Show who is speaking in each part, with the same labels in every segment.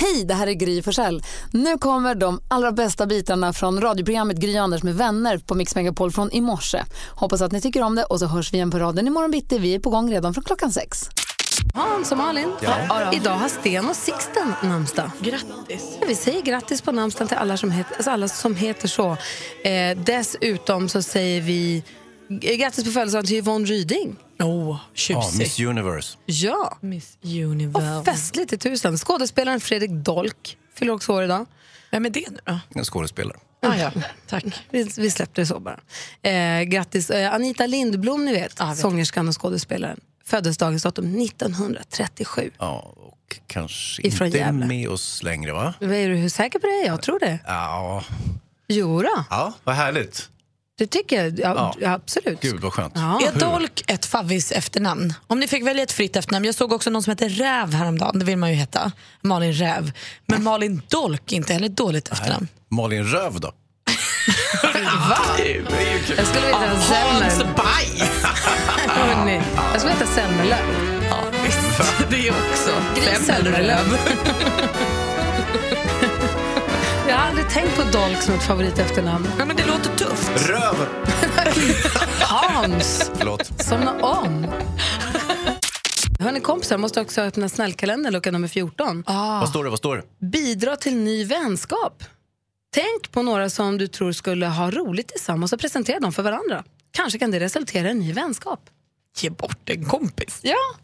Speaker 1: Hej, det här är Gry Forssell. Nu kommer de allra bästa bitarna från radioprogrammet Gry Anders med vänner på Mix Megapol från i morse. Hoppas att ni tycker om det och så hörs vi igen på raden imorgon bitti. Vi är på gång redan från klockan sex. Hans och Malin. Idag har Sten och Sixten namnsdag. Grattis. Vi säger grattis på namnsdagen till alla som heter, alltså alla som heter så. Eh, dessutom så säger vi eh, grattis på födelsedagen till Yvonne Ryding.
Speaker 2: Åh, oh,
Speaker 3: Ja, Miss
Speaker 2: tjusig.
Speaker 3: Universe.
Speaker 1: Ja.
Speaker 2: Miss
Speaker 1: Och
Speaker 2: Universe.
Speaker 1: festligt i tusen. Skådespelaren Fredrik Dolk fyller också år idag.
Speaker 2: Vem är det nu då?
Speaker 3: En skådespelare.
Speaker 2: Ah, ja. Tack.
Speaker 1: Vi, vi släppte det så bara. Eh, grattis eh, Anita Lindblom, ni vet,
Speaker 2: vet.
Speaker 1: sångerskan och skådespelaren. Föddes dagens datum 1937.
Speaker 3: Ja, och kanske
Speaker 1: Ifrån
Speaker 3: inte
Speaker 1: Gävle.
Speaker 3: med oss längre, va?
Speaker 1: Vad Är du hur säker på det? Jag tror det.
Speaker 3: Ja,
Speaker 1: Jo då,
Speaker 3: ja vad härligt.
Speaker 1: det tycker jag. Ja,
Speaker 3: Ja.
Speaker 1: Absolut.
Speaker 3: Gud, vad skönt.
Speaker 1: Ja.
Speaker 2: Är Dolk ett favvis efternamn? Om ni fick välja ett fritt efternamn. Jag såg också någon som hette Räv häromdagen. Det vill man ju heta. Malin Räv. Men Malin Dolk inte heller ett dåligt efternamn.
Speaker 3: Malin Röv då?
Speaker 1: Jag skulle vilja heta
Speaker 2: Hans
Speaker 1: Selmer.
Speaker 2: Baj!
Speaker 1: Hörrni, Jag skulle vilja heta Selmerlöv.
Speaker 2: Ja, visst. Det är också.
Speaker 1: Gris Selmerlöv. Jag har aldrig tänkt på Dolk som ett favorit-efternamn.
Speaker 2: Ja, men det låter tufft.
Speaker 3: Röv!
Speaker 1: Hans!
Speaker 3: Förlåt.
Speaker 1: Somna om! Hörni kompisar, måste också öppna snällkalendern, lucka nummer 14.
Speaker 3: Vad står det? Vad står det?
Speaker 1: Bidra till ny vänskap. Tänk på några som du tror skulle ha roligt tillsammans och presentera dem för varandra. Kanske kan det resultera i en ny vänskap.
Speaker 2: Ge bort en kompis. Mm,
Speaker 1: Ja,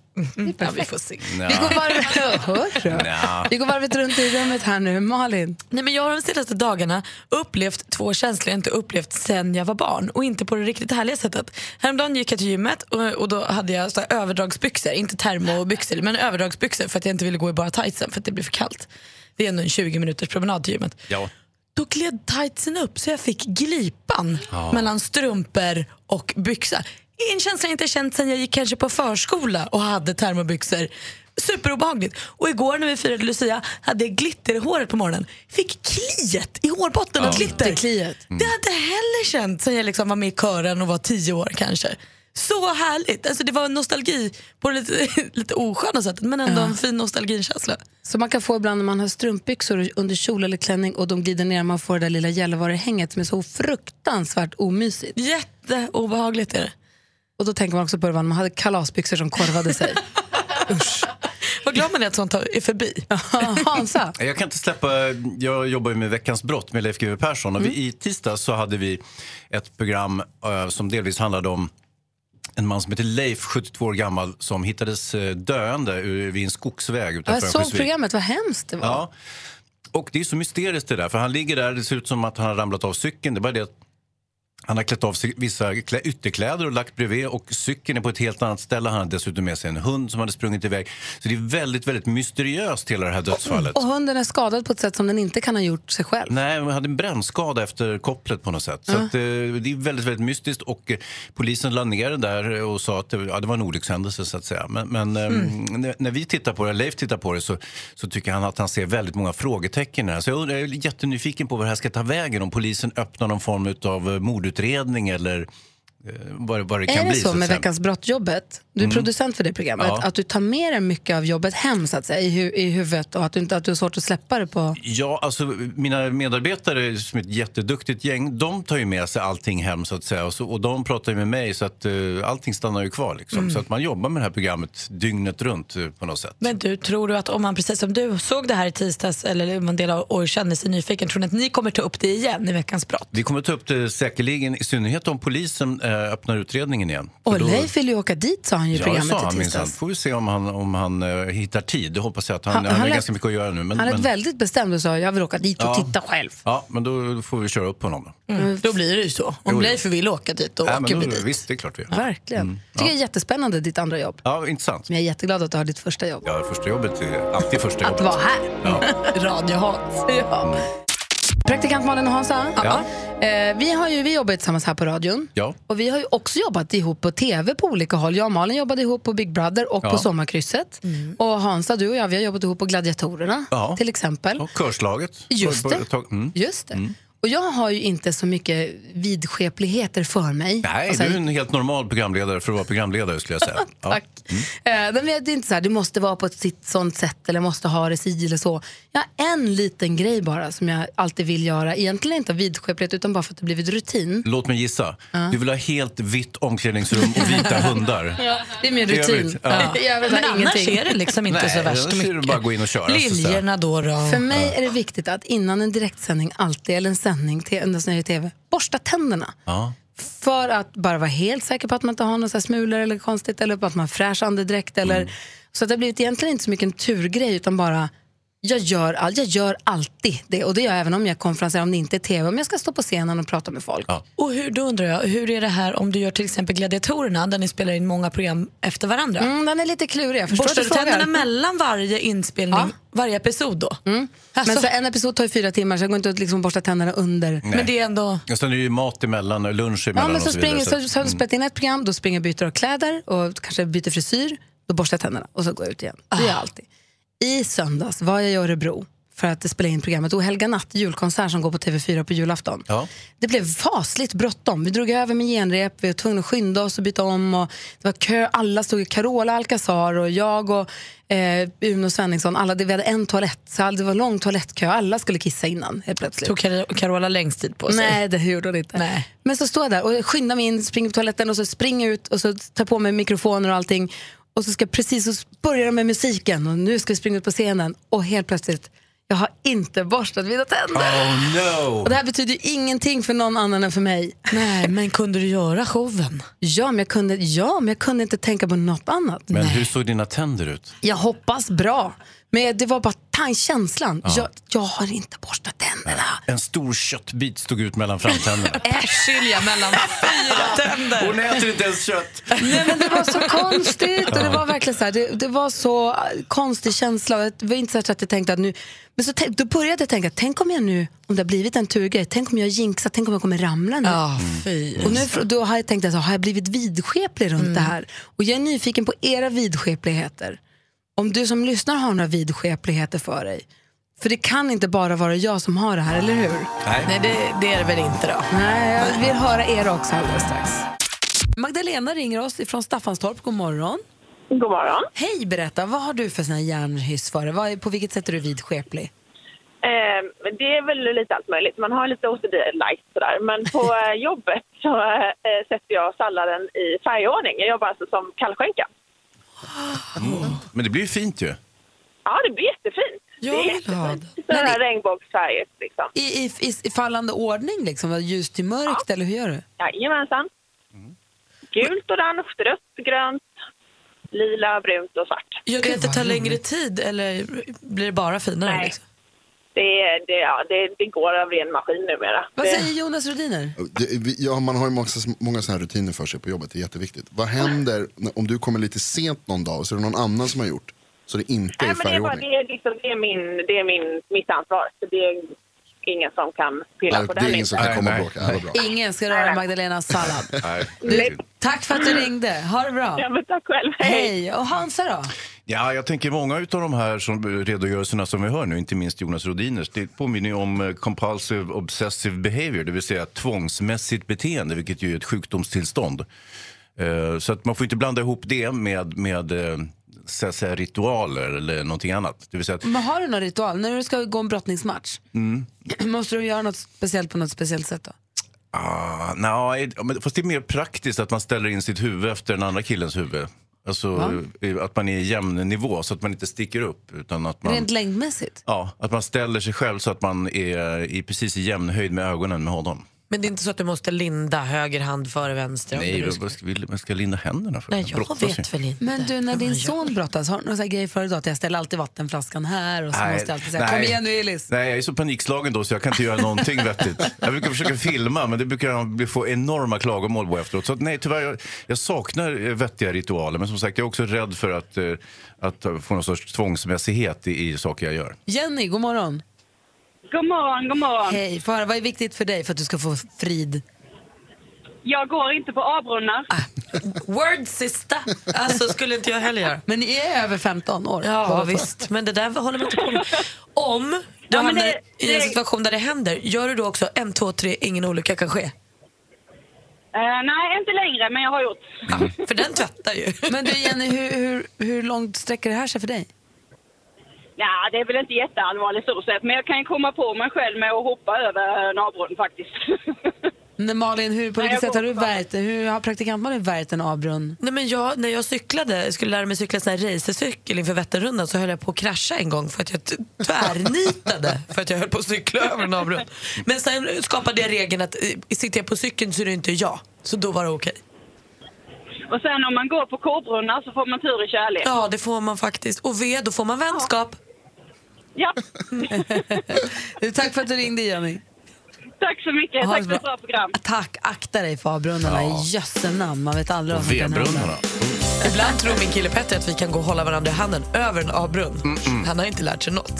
Speaker 2: Ja, vi får se.
Speaker 1: vi går varvet, Hörru. vi går varvet runt i rummet här nu. Malin,
Speaker 2: Nej, men jag har de senaste dagarna upplevt två känslor jag inte upplevt sen jag var barn och inte på det riktigt härliga sättet. Häromdagen gick jag till gymmet och, och då hade jag så här överdragsbyxor, inte termobyxor men överdragsbyxor för att jag inte ville gå i bara tightsen för att det blev för kallt. Det är ändå en 20 minuters promenad till gymmet.
Speaker 3: Ja.
Speaker 2: Då gled tightsen upp så jag fick glipan mellan strumpor och byxa. En känsla jag inte känt sen jag gick kanske på förskola och hade termobyxor. Superobehagligt. Och igår när vi firade Lucia hade jag glitter i håret på morgonen. Fick kliet i hårbotten av glitter.
Speaker 1: kliet.
Speaker 2: Det hade jag heller känt sen jag liksom var med i kören och var tio år kanske. Så härligt. Alltså det var nostalgi på det lite, lite osköna sättet men ändå en fin nostalgikänsla.
Speaker 1: som man kan få ibland när man har strumpbyxor under kjol eller klänning och de glider ner och man får det där lilla Gällivare-hänget som är så fruktansvärt omysigt.
Speaker 2: Jätteobehagligt är det.
Speaker 1: Och då tänker man också på det när man hade kalasbyxor som korvade sig.
Speaker 2: Vad glad man är att sånt är förbi.
Speaker 1: Hansa,
Speaker 3: Jag kan inte släppa... Jag jobbar ju med Veckans brott med Leif GW Persson. Och
Speaker 1: Mm.
Speaker 3: vi, I tisdag så hade vi ett program eh, som delvis handlade om en man som heter Leif, 72 år gammal, som hittades eh, döende ur- vid en skogsväg utanför
Speaker 1: jag såg
Speaker 3: Örnsköldsvik.
Speaker 1: programmet, vad hemskt det var.
Speaker 3: Ja. Och det är så mysteriskt det där, för han ligger där, det ser ut som att han har ramlat av cykeln. Det är bara det att han har klätt av sig vissa klä, ytterkläder och lagt bredvid och cykeln är på ett helt annat ställe. Han har dessutom med sig en hund som hade sprungit iväg. Så det är väldigt, väldigt mysteriöst hela det här dödsfallet.
Speaker 1: Och hunden är skadad på ett sätt som den inte kan ha gjort sig själv.
Speaker 3: Nej, han hade en brännskada efter kopplet på något sätt. Så att, eh, det är väldigt, väldigt mystiskt och eh, polisen la ner det där och sa att det, ja, det var en olyckshändelse så att säga. Men, men eh,
Speaker 1: Mm.
Speaker 3: när, när vi tittar på det, Leif tittar på det, så, så tycker han att han ser väldigt många frågetecken här. Så jag, undrar- jag är jättenyfiken på vad det här ska ta vägen. Om polisen öppnar någon form av eh, mordutredning eller eh, vad, det- vad det kan
Speaker 1: Är det
Speaker 3: bli.
Speaker 1: så
Speaker 3: att
Speaker 1: med
Speaker 3: säga.
Speaker 1: Veckans brott-jobbet, du är producent för det programmet,
Speaker 3: Ja.
Speaker 1: att du tar med dig mycket av jobbet hem så att säga, i, hu- i huvudet och att du, inte, att du har svårt att släppa det på...
Speaker 3: Ja, alltså mina medarbetare som är ett jätteduktigt gäng, de tar ju med sig allting hem så att säga. Och, så, och de pratar ju med mig så att uh, allting stannar ju kvar liksom.
Speaker 1: Mm.
Speaker 3: Så att man jobbar med det här programmet dygnet runt eh, på något sätt.
Speaker 2: Men du, tror du att om man precis som du såg det här i tisdags eller om en del av och känner sig nyfiken, tror ni att ni kommer ta upp det igen i Veckans brott?
Speaker 3: Vi kommer ta upp det säkerligen, i synnerhet om polisen eh, öppnar utredningen igen. För
Speaker 1: Och
Speaker 3: då-
Speaker 1: Leif vill ju åka dit sa han ju i
Speaker 3: Ja,
Speaker 1: programmet
Speaker 3: sa han
Speaker 1: i
Speaker 3: minsann.
Speaker 1: tisdags.
Speaker 3: Får vi se om han, om han eh, hittar tid. Det hoppas jag att han,
Speaker 1: Han-
Speaker 3: han,
Speaker 1: han
Speaker 3: har
Speaker 1: lät-
Speaker 3: ganska mycket att göra nu. Men,
Speaker 1: Han är
Speaker 3: men,
Speaker 1: väldigt bestämd och sa jag vill åka dit och titta själv.
Speaker 3: ja, men då får vi köra upp honom.
Speaker 1: Mm.
Speaker 3: då.
Speaker 2: Mm. Då blir det ju så. Om
Speaker 3: Mm. Jo, jo.
Speaker 2: Leif vill åka dit, då
Speaker 3: Ja,
Speaker 2: åker
Speaker 3: men
Speaker 2: vi
Speaker 3: då,
Speaker 2: dit.
Speaker 3: visst, det är klart vi gör.
Speaker 1: Verkligen.
Speaker 3: Mm.
Speaker 1: tycker jag är jättespännande, ditt andra jobb.
Speaker 3: Ja, intressant.
Speaker 1: Men jag är jätteglad att du har ditt första jobb.
Speaker 3: Ja, första jobbet är alltid första
Speaker 1: Att
Speaker 3: jobbet.
Speaker 1: vara här.
Speaker 3: Ja.
Speaker 2: Radiohat.
Speaker 1: Ja. Praktikant Malin och Hansa,
Speaker 3: Ja.
Speaker 1: eh, vi, har ju, vi jobbar ju tillsammans här på radion.
Speaker 3: Ja.
Speaker 1: Och vi har ju också jobbat ihop på tv på olika håll. Jag och Malin jobbade ihop på Big Brother och på
Speaker 3: Ja. Mm.
Speaker 1: Sommarkrysset. Och Hansa, du och jag, vi har jobbat ihop på Gladiatorerna
Speaker 3: Ja.
Speaker 1: till exempel.
Speaker 3: Och körslaget.
Speaker 1: Just det.
Speaker 3: Mm.
Speaker 1: Just det. Och jag har ju inte så mycket vidskepligheter för mig.
Speaker 3: Nej,
Speaker 1: Alltså,
Speaker 3: du är en helt normal programledare för att vara programledare skulle jag säga. Ja.
Speaker 1: Tack. Eh, men det är inte så här, det måste vara på ett sitt sånt sätt eller måste ha det si eller så. Jag har en liten grej bara som jag alltid vill göra. Egentligen inte av vidskeplighet utan bara för att det blivit rutin.
Speaker 3: Låt mig gissa. Du vill ha helt vitt omklädningsrum och vita hundar.
Speaker 1: Det är min
Speaker 3: I övrigt,
Speaker 1: rutin.
Speaker 3: ja.
Speaker 1: I övrigt har
Speaker 2: Men
Speaker 1: jag
Speaker 2: annars
Speaker 1: ingenting.
Speaker 2: är det liksom inte
Speaker 3: Nej,
Speaker 2: så värst
Speaker 3: annars är det
Speaker 2: mycket.
Speaker 3: bara att gå in och köra, så att säga.
Speaker 2: Liljorna då då.
Speaker 1: För mig är det viktigt att innan en direktsändning alltid, eller en sändning, te- när jag är i TV, borsta tänderna.
Speaker 3: Ja.
Speaker 1: För att bara vara helt säker på att man inte har några så här smulor eller konstigt eller på att man har fräsch andedräkt. Eller,
Speaker 3: Mm.
Speaker 1: Så att det har blivit egentligen inte så mycket en turgrej utan bara jag gör, all, jag gör alltid det och det gör jag även om jag konferenserar, om det inte är tv, om jag ska stå på scenen och prata med folk.
Speaker 3: Ja.
Speaker 2: Och hur, då undrar jag, hur är det här om du gör till exempel Gladiatorerna där ni spelar in många program efter varandra?
Speaker 1: Mm, den är lite klurig, jag förstår att
Speaker 2: Borstar
Speaker 1: du
Speaker 2: du
Speaker 1: frågar.
Speaker 2: tänderna mellan varje inspelning,
Speaker 1: Ja.
Speaker 2: varje episod då? Alltså,
Speaker 1: Men
Speaker 2: men,
Speaker 1: så en episod tar ju fyra timmar så jag går inte att liksom borsta tänderna under.
Speaker 2: det är ändå...
Speaker 3: Och sen är det ju mat emellan och lunch emellan
Speaker 1: Ja, men
Speaker 3: och
Speaker 1: så,
Speaker 3: så Mm. vidare.
Speaker 1: springer, så, så har jag spelat in ett program, då springer jag och byter av kläder och kanske byter frisyr. Då borstar jag tänderna och så går jag ut igen.
Speaker 2: Ah,
Speaker 1: Det gör jag alltid. I söndags var jag i Örebro för att spela in programmet Ohelga natt, julkonsert som går på TV4 på julafton.
Speaker 3: Ja.
Speaker 1: Det blev fasligt bråttom. Vi drog över med genrep, vi var tvungna att skynda oss och byta om. Och det var kö, alla stod i Carola Alcazar och jag och eh, Uno Svenningsson. Alla, det- vi hade en toalett, så all- det var lång toalettkö. Alla skulle kissa innan helt plötsligt.
Speaker 2: Tog Car- Carola längst tid på sig?
Speaker 1: Nej, det gjorde hon inte.
Speaker 2: Nej.
Speaker 1: Men så står jag där och skyndar mig in, springer på toaletten och så springer ut och så tar på mig mikrofoner och allting. Och så ska jag precis så börjar de med musiken och nu ska vi springa ut på scenen och helt plötsligt, jag har inte borstat mina tänder.
Speaker 3: Oh no!
Speaker 1: Och det här betyder ju ingenting för någon annan än för mig.
Speaker 2: Nej, men kunde du göra showen?
Speaker 1: Ja, men jag kunde, ja, men jag kunde inte tänka på något annat.
Speaker 3: Men hur såg dina tänder ut?
Speaker 1: Jag hoppas bra, men det var bara tan- känslan. Jag, jag har inte borstat tänderna.
Speaker 3: En stor köttbit stod ut mellan framtänderna.
Speaker 2: Eh, Skilja mellan fyra tänder.
Speaker 3: Hon äter inte ens kött!
Speaker 1: Nej, men det var så konstigt och det var verkligen så här, det, det var så eh, konstig känsla. och Det var inte så här att jag tänkte att nu... Men så tän- då började jag tänka, tänk om jag nu, om det har blivit en turgrej, tänk om jag jinxar, tänk om jag kommer ramla nu.
Speaker 2: Ja, Ah, fy.
Speaker 1: Och nu, fr- då har jag tänkt, alltså, har jag blivit vidskeplig runt det här? Och jag är nyfiken på era vidskepligheter. Om du som lyssnar har några vidskepligheter för dig. För det kan inte bara vara jag som har det här, eller hur?
Speaker 2: Nej, det, det är det väl inte då.
Speaker 1: Nej, jag vill höra er också alldeles strax. Magdalena ringer oss ifrån Staffanstorp. God morgon.
Speaker 4: God morgon.
Speaker 1: Hej, berätta. Vad har du för sån här järnhyss för dig? Vad är- På vilket sätt är du vidskeplig?
Speaker 4: Eh, det är väl lite allt möjligt. Man har lite OCD light sådär. Men på eh, jobbet så eh, sätter jag salladen i färgordning. Jag jobbar alltså som kallskänka.
Speaker 1: Oh.
Speaker 3: Men det blir ju fint ju.
Speaker 4: Ja, det blir jättefint.
Speaker 2: Jag
Speaker 4: det är
Speaker 2: vill ha
Speaker 4: jättefint.
Speaker 2: det.
Speaker 4: Sådana
Speaker 1: Men
Speaker 4: här regnbågsfärger liksom.
Speaker 1: I, i, i, i fallande ordning, liksom? Vad, Ljus till mörkt, eller hur gör du?
Speaker 4: Jajamensan.
Speaker 5: Mm.
Speaker 4: Gult, orange, rött, grönt, lila, brunt och svart.
Speaker 2: Gör det att det tar längre tid eller blir det bara finare?
Speaker 4: Nej.
Speaker 2: Liksom?
Speaker 4: Det, är- det, ja, det, det går av ren maskin numera.
Speaker 1: Vad
Speaker 4: det,
Speaker 1: säger Jonas Rhodiner?
Speaker 5: Det, vi- ja, man har ju många, många sådana här rutiner för sig på jobbet, det är jätteviktigt. Vad händer när- om du kommer lite sent någon dag och så är det någon annan som har gjort så det inte är
Speaker 4: Nej, men det, är bara,
Speaker 5: färgordning?
Speaker 4: det, är liksom, det är, min, det är min, mitt ansvar. Så det är ingen som kan pilla
Speaker 5: Ja,
Speaker 4: på
Speaker 5: det
Speaker 4: den.
Speaker 5: är ingen som kan
Speaker 3: Nej,
Speaker 5: komma
Speaker 3: nej,
Speaker 5: och bråka. Ja, vad bra.
Speaker 1: Ingen ska röra Magdalenas sallad.
Speaker 3: Nej.
Speaker 1: Du, tack för att du ringde. Ha det bra.
Speaker 4: Ja, men tack själv.
Speaker 1: Hej. Och Hansa då?
Speaker 3: Ja, jag tänker många av de här som, redogörelserna som vi hör nu, inte minst Jonas Rodiners, det påminner ju om eh, compulsive obsessive behavior, det vill säga tvångsmässigt beteende, vilket ju är ett sjukdomstillstånd. Eh, Så att man får inte blanda ihop det med, med eh, så att säga, ritualer eller någonting annat. Det vill säga att,
Speaker 1: Men har du någon ritual? När du ska gå en brottningsmatch, måste du göra något speciellt på något speciellt sätt då?
Speaker 3: ah, nej, men fast det är mer praktiskt att man ställer in sitt huvud efter den andra killens huvud. Alltså eh, att man är i jämn nivå så att man inte sticker upp. Utan att man...
Speaker 1: Rent längdmässigt?
Speaker 3: Ja, att man ställer sig själv så att man är i precis i jämn höjd med ögonen med honom.
Speaker 2: Men det är inte så att du måste linda höger hand före vänster? om
Speaker 3: Nej,
Speaker 2: du
Speaker 3: vad
Speaker 2: ska...
Speaker 3: vad ska, vill, man ska linda händerna för?
Speaker 2: Nej
Speaker 3: Den
Speaker 2: jag
Speaker 3: brottas ju.
Speaker 2: vet väl inte.
Speaker 1: Men du, när
Speaker 2: Ja,
Speaker 1: din
Speaker 2: men jag-
Speaker 1: son brottas, har du någon sån här grej för idag? Att jag ställer alltid vattenflaskan här och så
Speaker 3: Nej,
Speaker 1: måste jag alltid säga
Speaker 3: nej.
Speaker 1: kom igen nu Elis.
Speaker 3: Nej, jag är så panikslagen då så jag kan inte göra någonting vettigt. Jag brukar försöka filma men det brukar jag bli- få enorma klagomål på efteråt. Så att, nej, tyvärr, jag, jag saknar eh, vettiga ritualer men som sagt jag är också rädd för att, eh, att eh, få någon sorts tvångsmässighet i, i saker jag gör.
Speaker 1: Jenny, god morgon.
Speaker 6: God morgon, god morgon.
Speaker 1: Hej, få höra, vad är viktigt för dig för att du ska få frid?
Speaker 6: Jag går inte på A-brunnar.
Speaker 1: Ah.
Speaker 2: Word sista. Alltså skulle inte jag heller göra.
Speaker 1: Men ni är över 15 år.
Speaker 2: Ja
Speaker 1: Båda två.
Speaker 2: visst, men det där håller man inte på med. Om du
Speaker 6: Ja, men
Speaker 2: hamnar
Speaker 6: det-
Speaker 2: i en
Speaker 6: det-
Speaker 2: situation där det händer, gör du då också en, två, tre, ingen olycka kan ske?
Speaker 6: Eh, nej, inte längre, men jag har gjort.
Speaker 2: Ja,
Speaker 1: Mm.
Speaker 2: för den tvättar ju.
Speaker 1: Men du Jenny, hur, hur, hur långt sträcker det här sig för dig?
Speaker 6: Ja, det är väl inte jätteallvarligt så sett, men jag kan ju komma på mig själv med att hoppa över en A-brunn faktiskt.
Speaker 1: Nej, Malin, hur, på
Speaker 6: Nej,
Speaker 1: vilket
Speaker 6: jag
Speaker 1: sätt har du
Speaker 6: hoppar.
Speaker 1: värjt Hur har praktikant-Malin värjt en avbrunn?
Speaker 2: Nej, men jag, när jag cyklade, skulle lära mig cykla sån här racercykel inför Vätternrundan så höll jag på att krascha en gång för att jag t- tvärnitade för att jag höll på att cykla över en avgrund. Men sen skapade jag regeln att eh, sitter jag på cykeln så är det inte jag. Så då var det okej.
Speaker 6: Och sen om man går på K-brunnar så får man tur i kärlek. Ja.
Speaker 2: Ja, det får man faktiskt. Och V, då får man vänskap.
Speaker 1: Tack för att du ringde Jenny.
Speaker 6: Tack så mycket,
Speaker 1: Ha
Speaker 6: tack
Speaker 1: det
Speaker 6: för ett
Speaker 1: bra.
Speaker 6: bra program.
Speaker 1: Tack, akta dig för avbrunnarna i jösse namn. Man vet aldrig vad som kan hända.
Speaker 3: V-brunnarna.
Speaker 2: Ibland tror min kille Petter att vi kan gå och hålla varandra i handen över en avbrunn. Han har inte lärt sig något.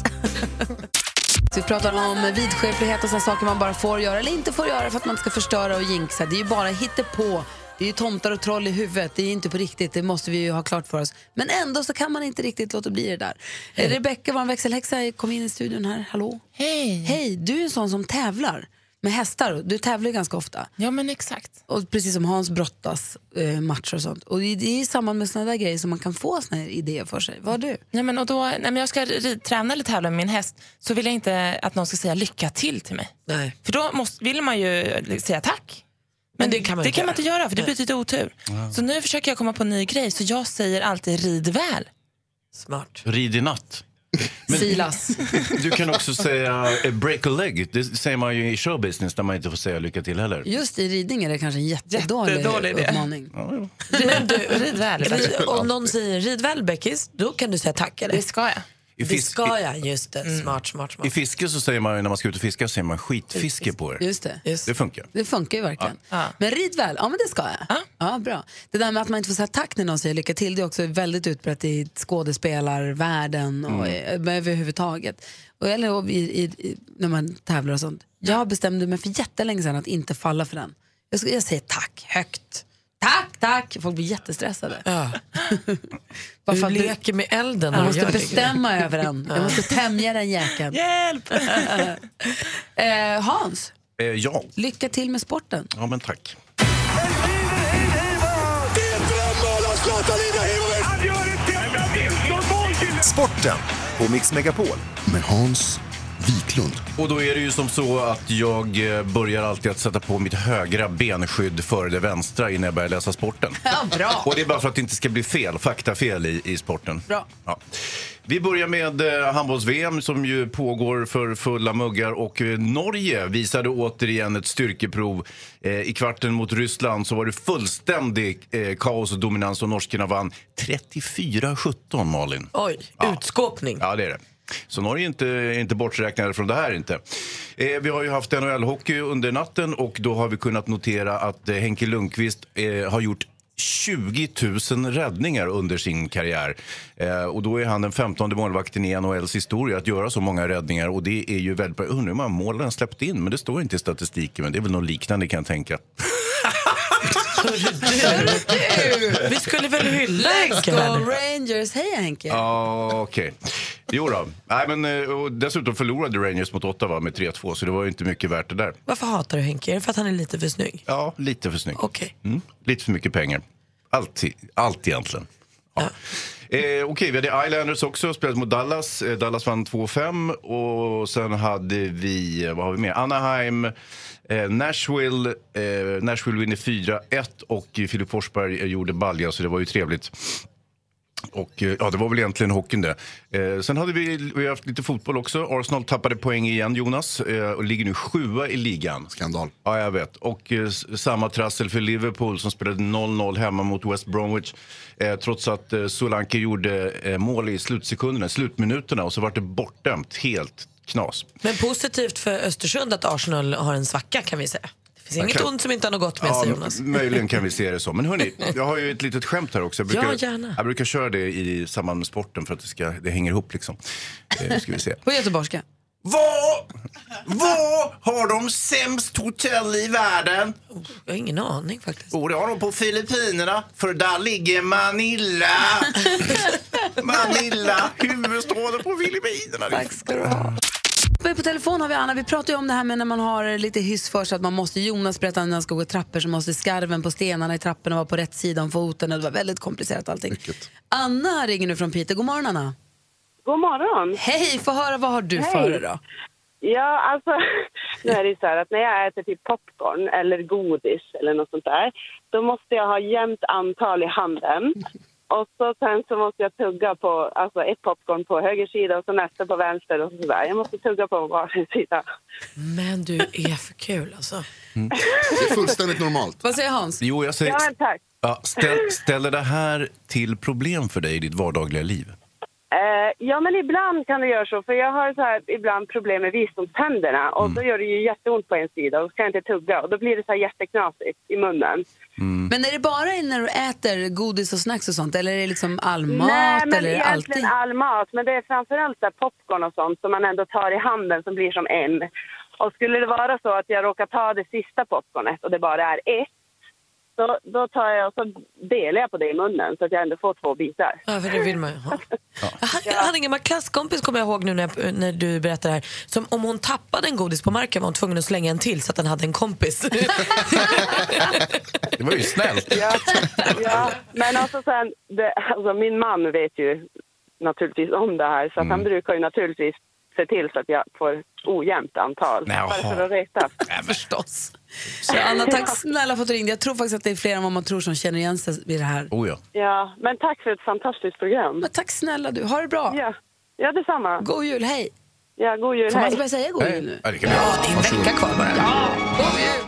Speaker 1: Så Vi pratar om vidskeplighet och såna saker man bara får göra eller inte får göra för att man ska förstöra och jinxa. Det är ju bara hittepå. Det är ju tomtar och troll i huvudet. Det är ju inte på riktigt. Det måste vi ju ha klart för oss. Men ändå så kan man inte riktigt låta bli det där. Eh, Rebecka, vår växelhäxa, kom in i studion här. Hallå?
Speaker 7: Hej!
Speaker 1: Hej, du är en sån som tävlar med hästar. Du tävlar ju ganska ofta.
Speaker 7: Ja men exakt.
Speaker 1: Och precis som Hans brottas eh, matcher och sånt. Och det det är i samband med såna där grejer som man kan få såna här idéer för sig. Vad har du?
Speaker 7: Nej, men, och då, nej, men jag ska ri- träna eller tävla med min häst så vill jag inte att någon ska säga lycka till till mig.
Speaker 2: Nej.
Speaker 7: För då måste, vill man ju säga tack. Men det kan man, det
Speaker 2: inte
Speaker 7: kan man inte göra för det betyder otur. Så nu försöker jag komma på en ny grej så jag säger alltid rid väl.
Speaker 2: Smart.
Speaker 3: Rid i natt.
Speaker 1: Silas.
Speaker 3: Du kan också säga eh, break a leg. Det säger man ju i showbusiness där man inte får säga lycka till heller.
Speaker 1: Just i ridning är det kanske en jättedålig,
Speaker 7: Jättedålig idé.
Speaker 1: uppmaning.
Speaker 7: Men du, rid väl.
Speaker 2: Rid, om någon säger rid väl Beckis, då kan du säga tack eller?
Speaker 7: Det ska jag.
Speaker 3: I,
Speaker 2: Det
Speaker 3: fisk-
Speaker 2: ska jag, just det. Smart, smart,
Speaker 3: i, I
Speaker 2: smart.
Speaker 3: fiske så säger man ju när man ska ut och fiska säger man skitfiske på er.
Speaker 1: Just det.
Speaker 3: Det funkar.
Speaker 1: Det funkar ju verkligen.
Speaker 7: Ja.
Speaker 1: Men rid väl, ja men det ska jag. Ja. bra. Det där med att man inte får säga tack när någon säger lycka till, det är också väldigt utbrett i skådespelarvärlden och mm. överhuvudtaget. Och, eller och i, i, i, när man tävlar och sånt. Jag bestämde mig för jättelänge sedan att inte falla för den. Jag, ska, jag säger tack högt. Tack, tack! Folk blir jättestressade.
Speaker 2: Ja.
Speaker 1: Bara för
Speaker 2: Du
Speaker 1: att du-
Speaker 2: leker med elden. när
Speaker 1: jag
Speaker 2: du
Speaker 1: måste
Speaker 2: gör det.
Speaker 1: bestämma över den. Jag måste tämja den jäkeln.
Speaker 7: Hjälp!
Speaker 1: Eh, Hans,
Speaker 3: Eh, ja.
Speaker 1: lycka till med sporten.
Speaker 3: ja, men tack.
Speaker 8: Sporten på Mix Megapol.
Speaker 5: Med Hans Wiklund.
Speaker 3: Och då är det ju som så att jag eh, börjar alltid att sätta på mitt högra benskydd före det vänstra innan jag börjar läsa sporten.
Speaker 1: Ja, bra.
Speaker 3: Och det är bara för att det inte ska bli fel, faktafel i, i sporten.
Speaker 1: Bra.
Speaker 3: Ja. Vi börjar med eh, handbolls-VM som ju pågår för fulla muggar och eh, Norge visade återigen ett styrkeprov. Eh, I kvarten mot Ryssland så var det fullständig eh, kaos och dominans och norskarna vann 34-17, Malin.
Speaker 2: Oj, utskåpning.
Speaker 3: Ja, det är det. Så Norge är inte, är inte borträknade från det här inte. Eh, vi har ju haft NHL-hockey under natten och då har vi kunnat notera att eh, Henke Lundqvist eh, har gjort 20 000 räddningar under sin karriär. Eh, och då är han den 15 målvakten i NHLs historia att göra så många räddningar. Och det är ju väldigt bra. Jag undrar hur många mål han släppt in, men det står inte i statistiken. Men det är väl något liknande kan jag tänka.
Speaker 2: Vi skulle väl hylla
Speaker 1: Let's
Speaker 2: Henke? här
Speaker 1: go
Speaker 2: nu.
Speaker 1: Rangers! Hej Henke!
Speaker 3: Ja, okej. Jo då. Nej, men, eh, och dessutom förlorade Rangers mot Ottawa med 3-2, så det var ju inte mycket värt det där.
Speaker 2: Varför hatar du Henke? Är det för att han är lite för snygg?
Speaker 3: Ja, lite för snygg.
Speaker 2: Okej.
Speaker 3: Mm. Lite för mycket pengar. Allt, i- allt egentligen. Ja. Eh, Okej, vi hade Islanders också, spelat mot Dallas. Eh, Dallas vann 2-5. Och sen hade vi, eh, vad har vi mer? Anaheim, eh, Nashville. Eh, Nashville vinner 4-1 och eh, Filip Forsberg eh, gjorde balja, så det var ju trevligt. Och eh, ja, det var väl egentligen hockeyn det. Eh, sen hade vi, vi har haft lite fotboll också. Arsenal tappade poäng igen, Jonas, eh, och ligger nu sjua i ligan.
Speaker 5: Skandal.
Speaker 3: Ja, jag vet. Och eh, s- samma trassel för Liverpool som spelade 0-0 hemma mot West Bromwich. Eh, trots att eh, Solanke gjorde eh, mål i slutsekunderna, slutminuterna och så vart det bortdömt. Helt knas.
Speaker 2: Men positivt för Östersund att Arsenal har en svacka kan vi säga. Det finns inget
Speaker 3: kan-
Speaker 2: ont som inte har något gott med sig Jonas.
Speaker 3: m- möjligen kan vi se det så. Men hörni, jag har ju ett litet skämt här också. Jag brukar,
Speaker 2: Ja, gärna.
Speaker 3: jag brukar köra det i samband med sporten för att det, ska, det hänger ihop liksom. Eh, ska vi se.
Speaker 1: På göteborgska.
Speaker 3: Vad, vad har de sämst hotell i världen?
Speaker 2: Jag har ingen aning faktiskt.
Speaker 3: Jo, det har de på Filippinerna, för där ligger Manila. Manila, huvudstaden på Filippinerna. Tack
Speaker 1: ska du ha. Uppe På telefon har vi Anna, vi pratade ju om det här med när man har lite hyss för sig att man måste, Jonas berättade när han ska gå i trappor så måste skarven på stenarna i trapporna vara på rätt sida om foten och det var väldigt komplicerat allting. Anna ringer nu från Piteå, god morgon Anna.
Speaker 9: God morgon.
Speaker 1: Hej, få höra vad har du
Speaker 9: Hej.
Speaker 1: för dig då?
Speaker 9: Ja, alltså, nu är det ju så här att när jag äter typ popcorn eller godis eller något sånt där, då måste jag ha jämnt antal i handen. Och så sen så måste jag tugga på, alltså ett popcorn på höger sida och så nästa på vänster och sådär. Jag måste tugga på varsin sida.
Speaker 2: Men du är för kul alltså.
Speaker 5: Det är fullständigt normalt.
Speaker 1: Vad säger Hans?
Speaker 3: Jo, jag säger...
Speaker 9: Ja, men tack.
Speaker 3: Ja, ställ, ställer det här till problem för dig i ditt vardagliga liv?
Speaker 9: Eh, ja, men ibland kan det göra så. För jag har så här, ibland problem med visdomständerna och då gör det ju jätteont på en sida och så kan jag inte tugga och då blir det så här jätteknasigt i munnen.
Speaker 1: Men är det bara när du äter godis och snacks och sånt eller är det liksom all mat
Speaker 9: Nej, men
Speaker 1: eller är det alltid?
Speaker 9: egentligen all mat. Men det är framförallt där popcorn och sånt som man ändå tar i handen som blir som en. Och skulle det vara så att jag råkar ta det sista popcornet och det bara är ett, så, då tar jag och så delar jag på det i munnen så att jag ändå får två bitar.
Speaker 2: Ja, för det vill man ju ha. Han, jag hade en gammal klasskompis, kommer jag ihåg nu när, jag, när du berättar det här, som om hon tappade en godis på marken var hon tvungen att slänga en till så att den hade en kompis.
Speaker 3: Det var ju snällt.
Speaker 9: Ja, ja. men alltså sen, det, alltså min man vet ju naturligtvis om det här så att han brukar ju naturligtvis se till så att jag får ojämnt antal.
Speaker 1: Jaha.
Speaker 9: Bara för att retas.
Speaker 1: Förstås. Så Anna, tack snälla för att du ringde. Jag tror faktiskt att det är fler än vad man tror som känner igen sig i det här.
Speaker 3: Oh ja.
Speaker 9: Ja, men tack för ett fantastiskt program.
Speaker 1: Men tack snälla du. Ha det bra.
Speaker 9: Ja, ja detsamma.
Speaker 1: God jul, hej.
Speaker 9: Ja, god jul,
Speaker 1: Får man
Speaker 9: hej.
Speaker 1: börja säga god jul nu?
Speaker 3: Ja, det kan vi göra. Varsågod.
Speaker 1: Ja, god jul.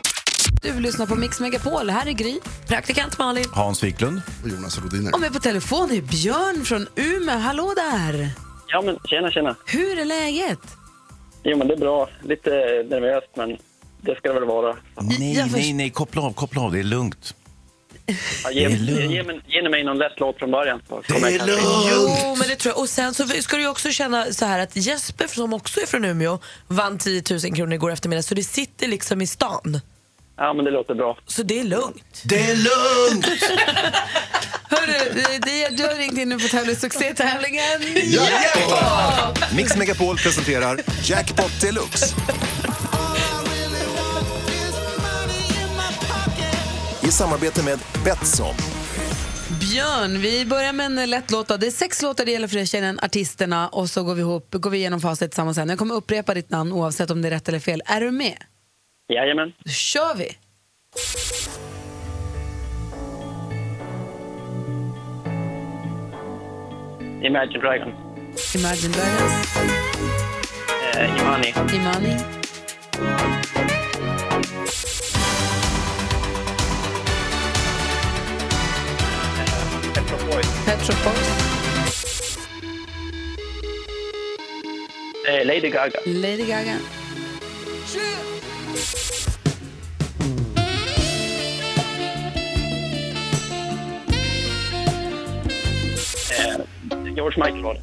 Speaker 1: Du lyssnar på Mix Megapol. Här är Gry. Praktikant Malin.
Speaker 3: Hans Wiklund.
Speaker 5: Och Jonas Rodiner.
Speaker 1: Och med på telefon är Björn från Umeå. Hallå där!
Speaker 10: Ja, men tjena, tjena.
Speaker 1: Hur är läget?
Speaker 10: Jo, men det är bra. Lite nervöst, men det ska det väl vara.
Speaker 3: Nej, nej, nej, koppla av, koppla av, det är lugnt.
Speaker 10: Ja, ge,
Speaker 3: Det är
Speaker 10: ge,
Speaker 3: lugnt.
Speaker 10: ge, mig- ge mig någon lätt låt från början. så kommer jag kanske-
Speaker 2: Jo, men det tror jag. Och sen så ska du ju också känna så här att Jesper, som också är från Umeå, vann 10 000 kronor igår eftermiddag, så det sitter liksom i stan.
Speaker 10: Ja, men det låter bra.
Speaker 2: Så det är lugnt.
Speaker 3: Det är lugnt!
Speaker 1: Hörru, det- det- du har ringt in nu på tävling, succétävlingen
Speaker 8: Jackpot! Mix Megapol presenterar Jackpot Deluxe. I samarbete med Betsson.
Speaker 1: Björn, vi börjar med en lätt låt. då. Det är sex låtar det gäller för dig, tjejen, artisterna och så går vi, ihop, går vi igenom facit tillsammans sen. Jag kommer upprepa ditt namn oavsett om det är rätt eller fel. Är du med?
Speaker 10: Jajamän.
Speaker 1: Då kör vi!
Speaker 10: Imagine Dragons.
Speaker 1: Imagine Dragons,
Speaker 10: Eh, Imani.
Speaker 1: Imani,
Speaker 10: Pet Shop Boys.
Speaker 1: Pet Shop Boys,
Speaker 10: Eh, Lady Gaga.
Speaker 1: Lady Gaga.
Speaker 10: Eh, George Michael var det.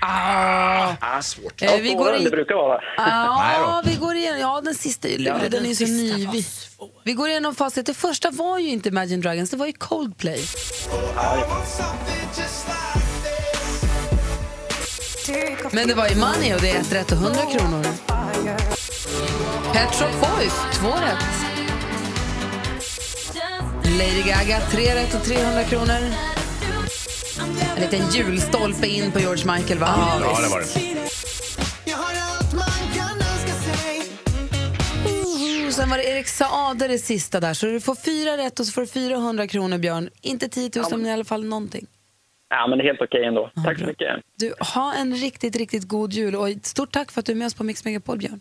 Speaker 1: Ah,
Speaker 10: svårt.
Speaker 1: Eh, vi går in-
Speaker 10: Det brukar vara.
Speaker 1: Ja, vi går igenom. Ja, den sista är ju lurig.
Speaker 10: Ja,
Speaker 1: den
Speaker 10: den
Speaker 1: är ju så
Speaker 10: sista
Speaker 1: nyvig. Vi går igenom facit. Det första var ju inte Imagine Dragons, det var ju Coldplay. Men det var ju Money och det är ett rätt och 100 kronor. Pet Shop Boys, två rätt. Lady Gaga, tre rätt och 300 kronor. En liten julstolpe in på George Michael, va?
Speaker 3: Ja, det var det.
Speaker 1: Och Oh, Sen var det Erik Saade det sista där, så du får fyra rätt och så får du 400 kronor, Björn. Inte 10 000, men i alla fall någonting.
Speaker 10: Ja, men det är helt okej ändå. Tack så mycket.
Speaker 1: Du, ha en riktigt, riktigt god jul och ett stort tack för att du är med oss på Mix Megapol, Björn.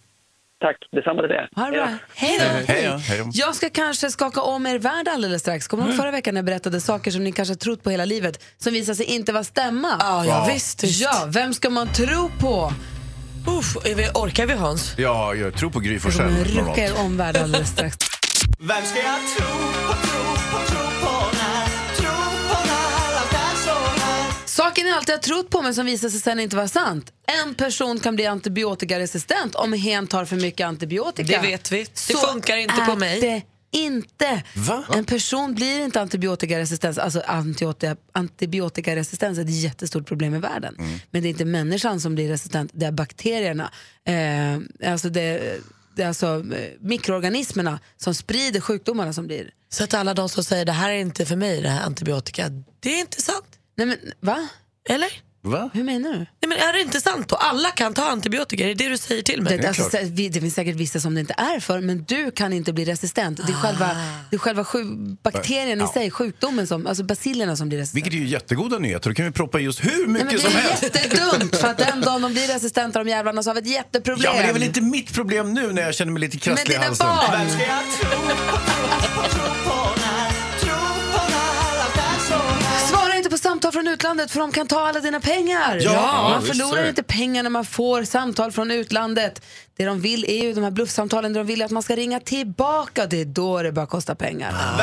Speaker 10: Tack. Detsamma till det.
Speaker 1: Ha det bra. Hej då! Mm. Jag ska kanske skaka om er värld alldeles strax. Kommer du ihåg förra veckan när jag berättade saker som ni kanske har trott på hela livet som visar sig inte vara stämma?
Speaker 2: ja, Ja. visst, visst.
Speaker 1: Ja, vem ska man tro på?
Speaker 2: Uff, är vi, orkar vi Hans?
Speaker 3: Ja, jag tror på Gry
Speaker 1: Jag kommer
Speaker 3: Forssell.
Speaker 1: rucka er om värld alldeles strax.
Speaker 11: Vem ska jag tro på, tro på, tro på när, tro på när allt är så här?
Speaker 1: Saken är alltid jag trott på men som visar sig sen inte vara sant. En person kan bli antibiotikaresistent om hen tar för mycket antibiotika.
Speaker 2: Det vet vi. Det
Speaker 1: Så
Speaker 2: funkar inte på
Speaker 1: är
Speaker 2: mig.
Speaker 1: Det inte. En person blir inte antibiotikaresistent. Alltså antibiotika, antibiotikaresistens är ett jättestort problem i världen. Men det är inte människan som blir resistent, det är bakterierna. Eh, alltså det, det är alltså eh, mikroorganismerna som sprider sjukdomarna som blir.
Speaker 2: Så att alla de som säger det här är inte för mig, det här antibiotika, det är inte sant.
Speaker 1: Nej men va?
Speaker 2: Eller?
Speaker 3: Va?
Speaker 1: Hur menar du?
Speaker 2: Nej men är det inte sant då? Alla kan ta antibiotika, är det det du säger till mig?
Speaker 1: Det, alltså, sä- vi- det finns säkert vissa som det inte är för, men du kan inte bli resistent. Det är själva, det är själva sju, bakterien i
Speaker 3: Ja.
Speaker 1: sig, sjukdomen, som, alltså bacillerna som blir resistenta.
Speaker 3: Vilket är ju jättegoda nyheter. Då kan vi proppa i oss hur
Speaker 1: Nej,
Speaker 3: mycket
Speaker 1: men det
Speaker 3: som
Speaker 1: är
Speaker 3: helst.
Speaker 1: jättedumt för att den dagen de blir resistenta de jävlarna så har vi ett jätteproblem.
Speaker 3: Ja, men det är väl inte mitt problem nu när jag känner mig lite
Speaker 1: Men
Speaker 3: krasslig i
Speaker 1: dina
Speaker 3: halsen.
Speaker 1: barn!
Speaker 3: Vem ska jag
Speaker 1: Svara inte på samtal från utlandet för de kan ta alla dina pengar.
Speaker 2: Ja,
Speaker 1: man
Speaker 2: visst är
Speaker 1: förlorar
Speaker 2: det.
Speaker 1: inte pengar när man får samtal från utlandet. Det de vill är ju de här bluffsamtalen där de vill att man ska ringa tillbaka. Det är då det börjar kosta pengar.
Speaker 2: Ah,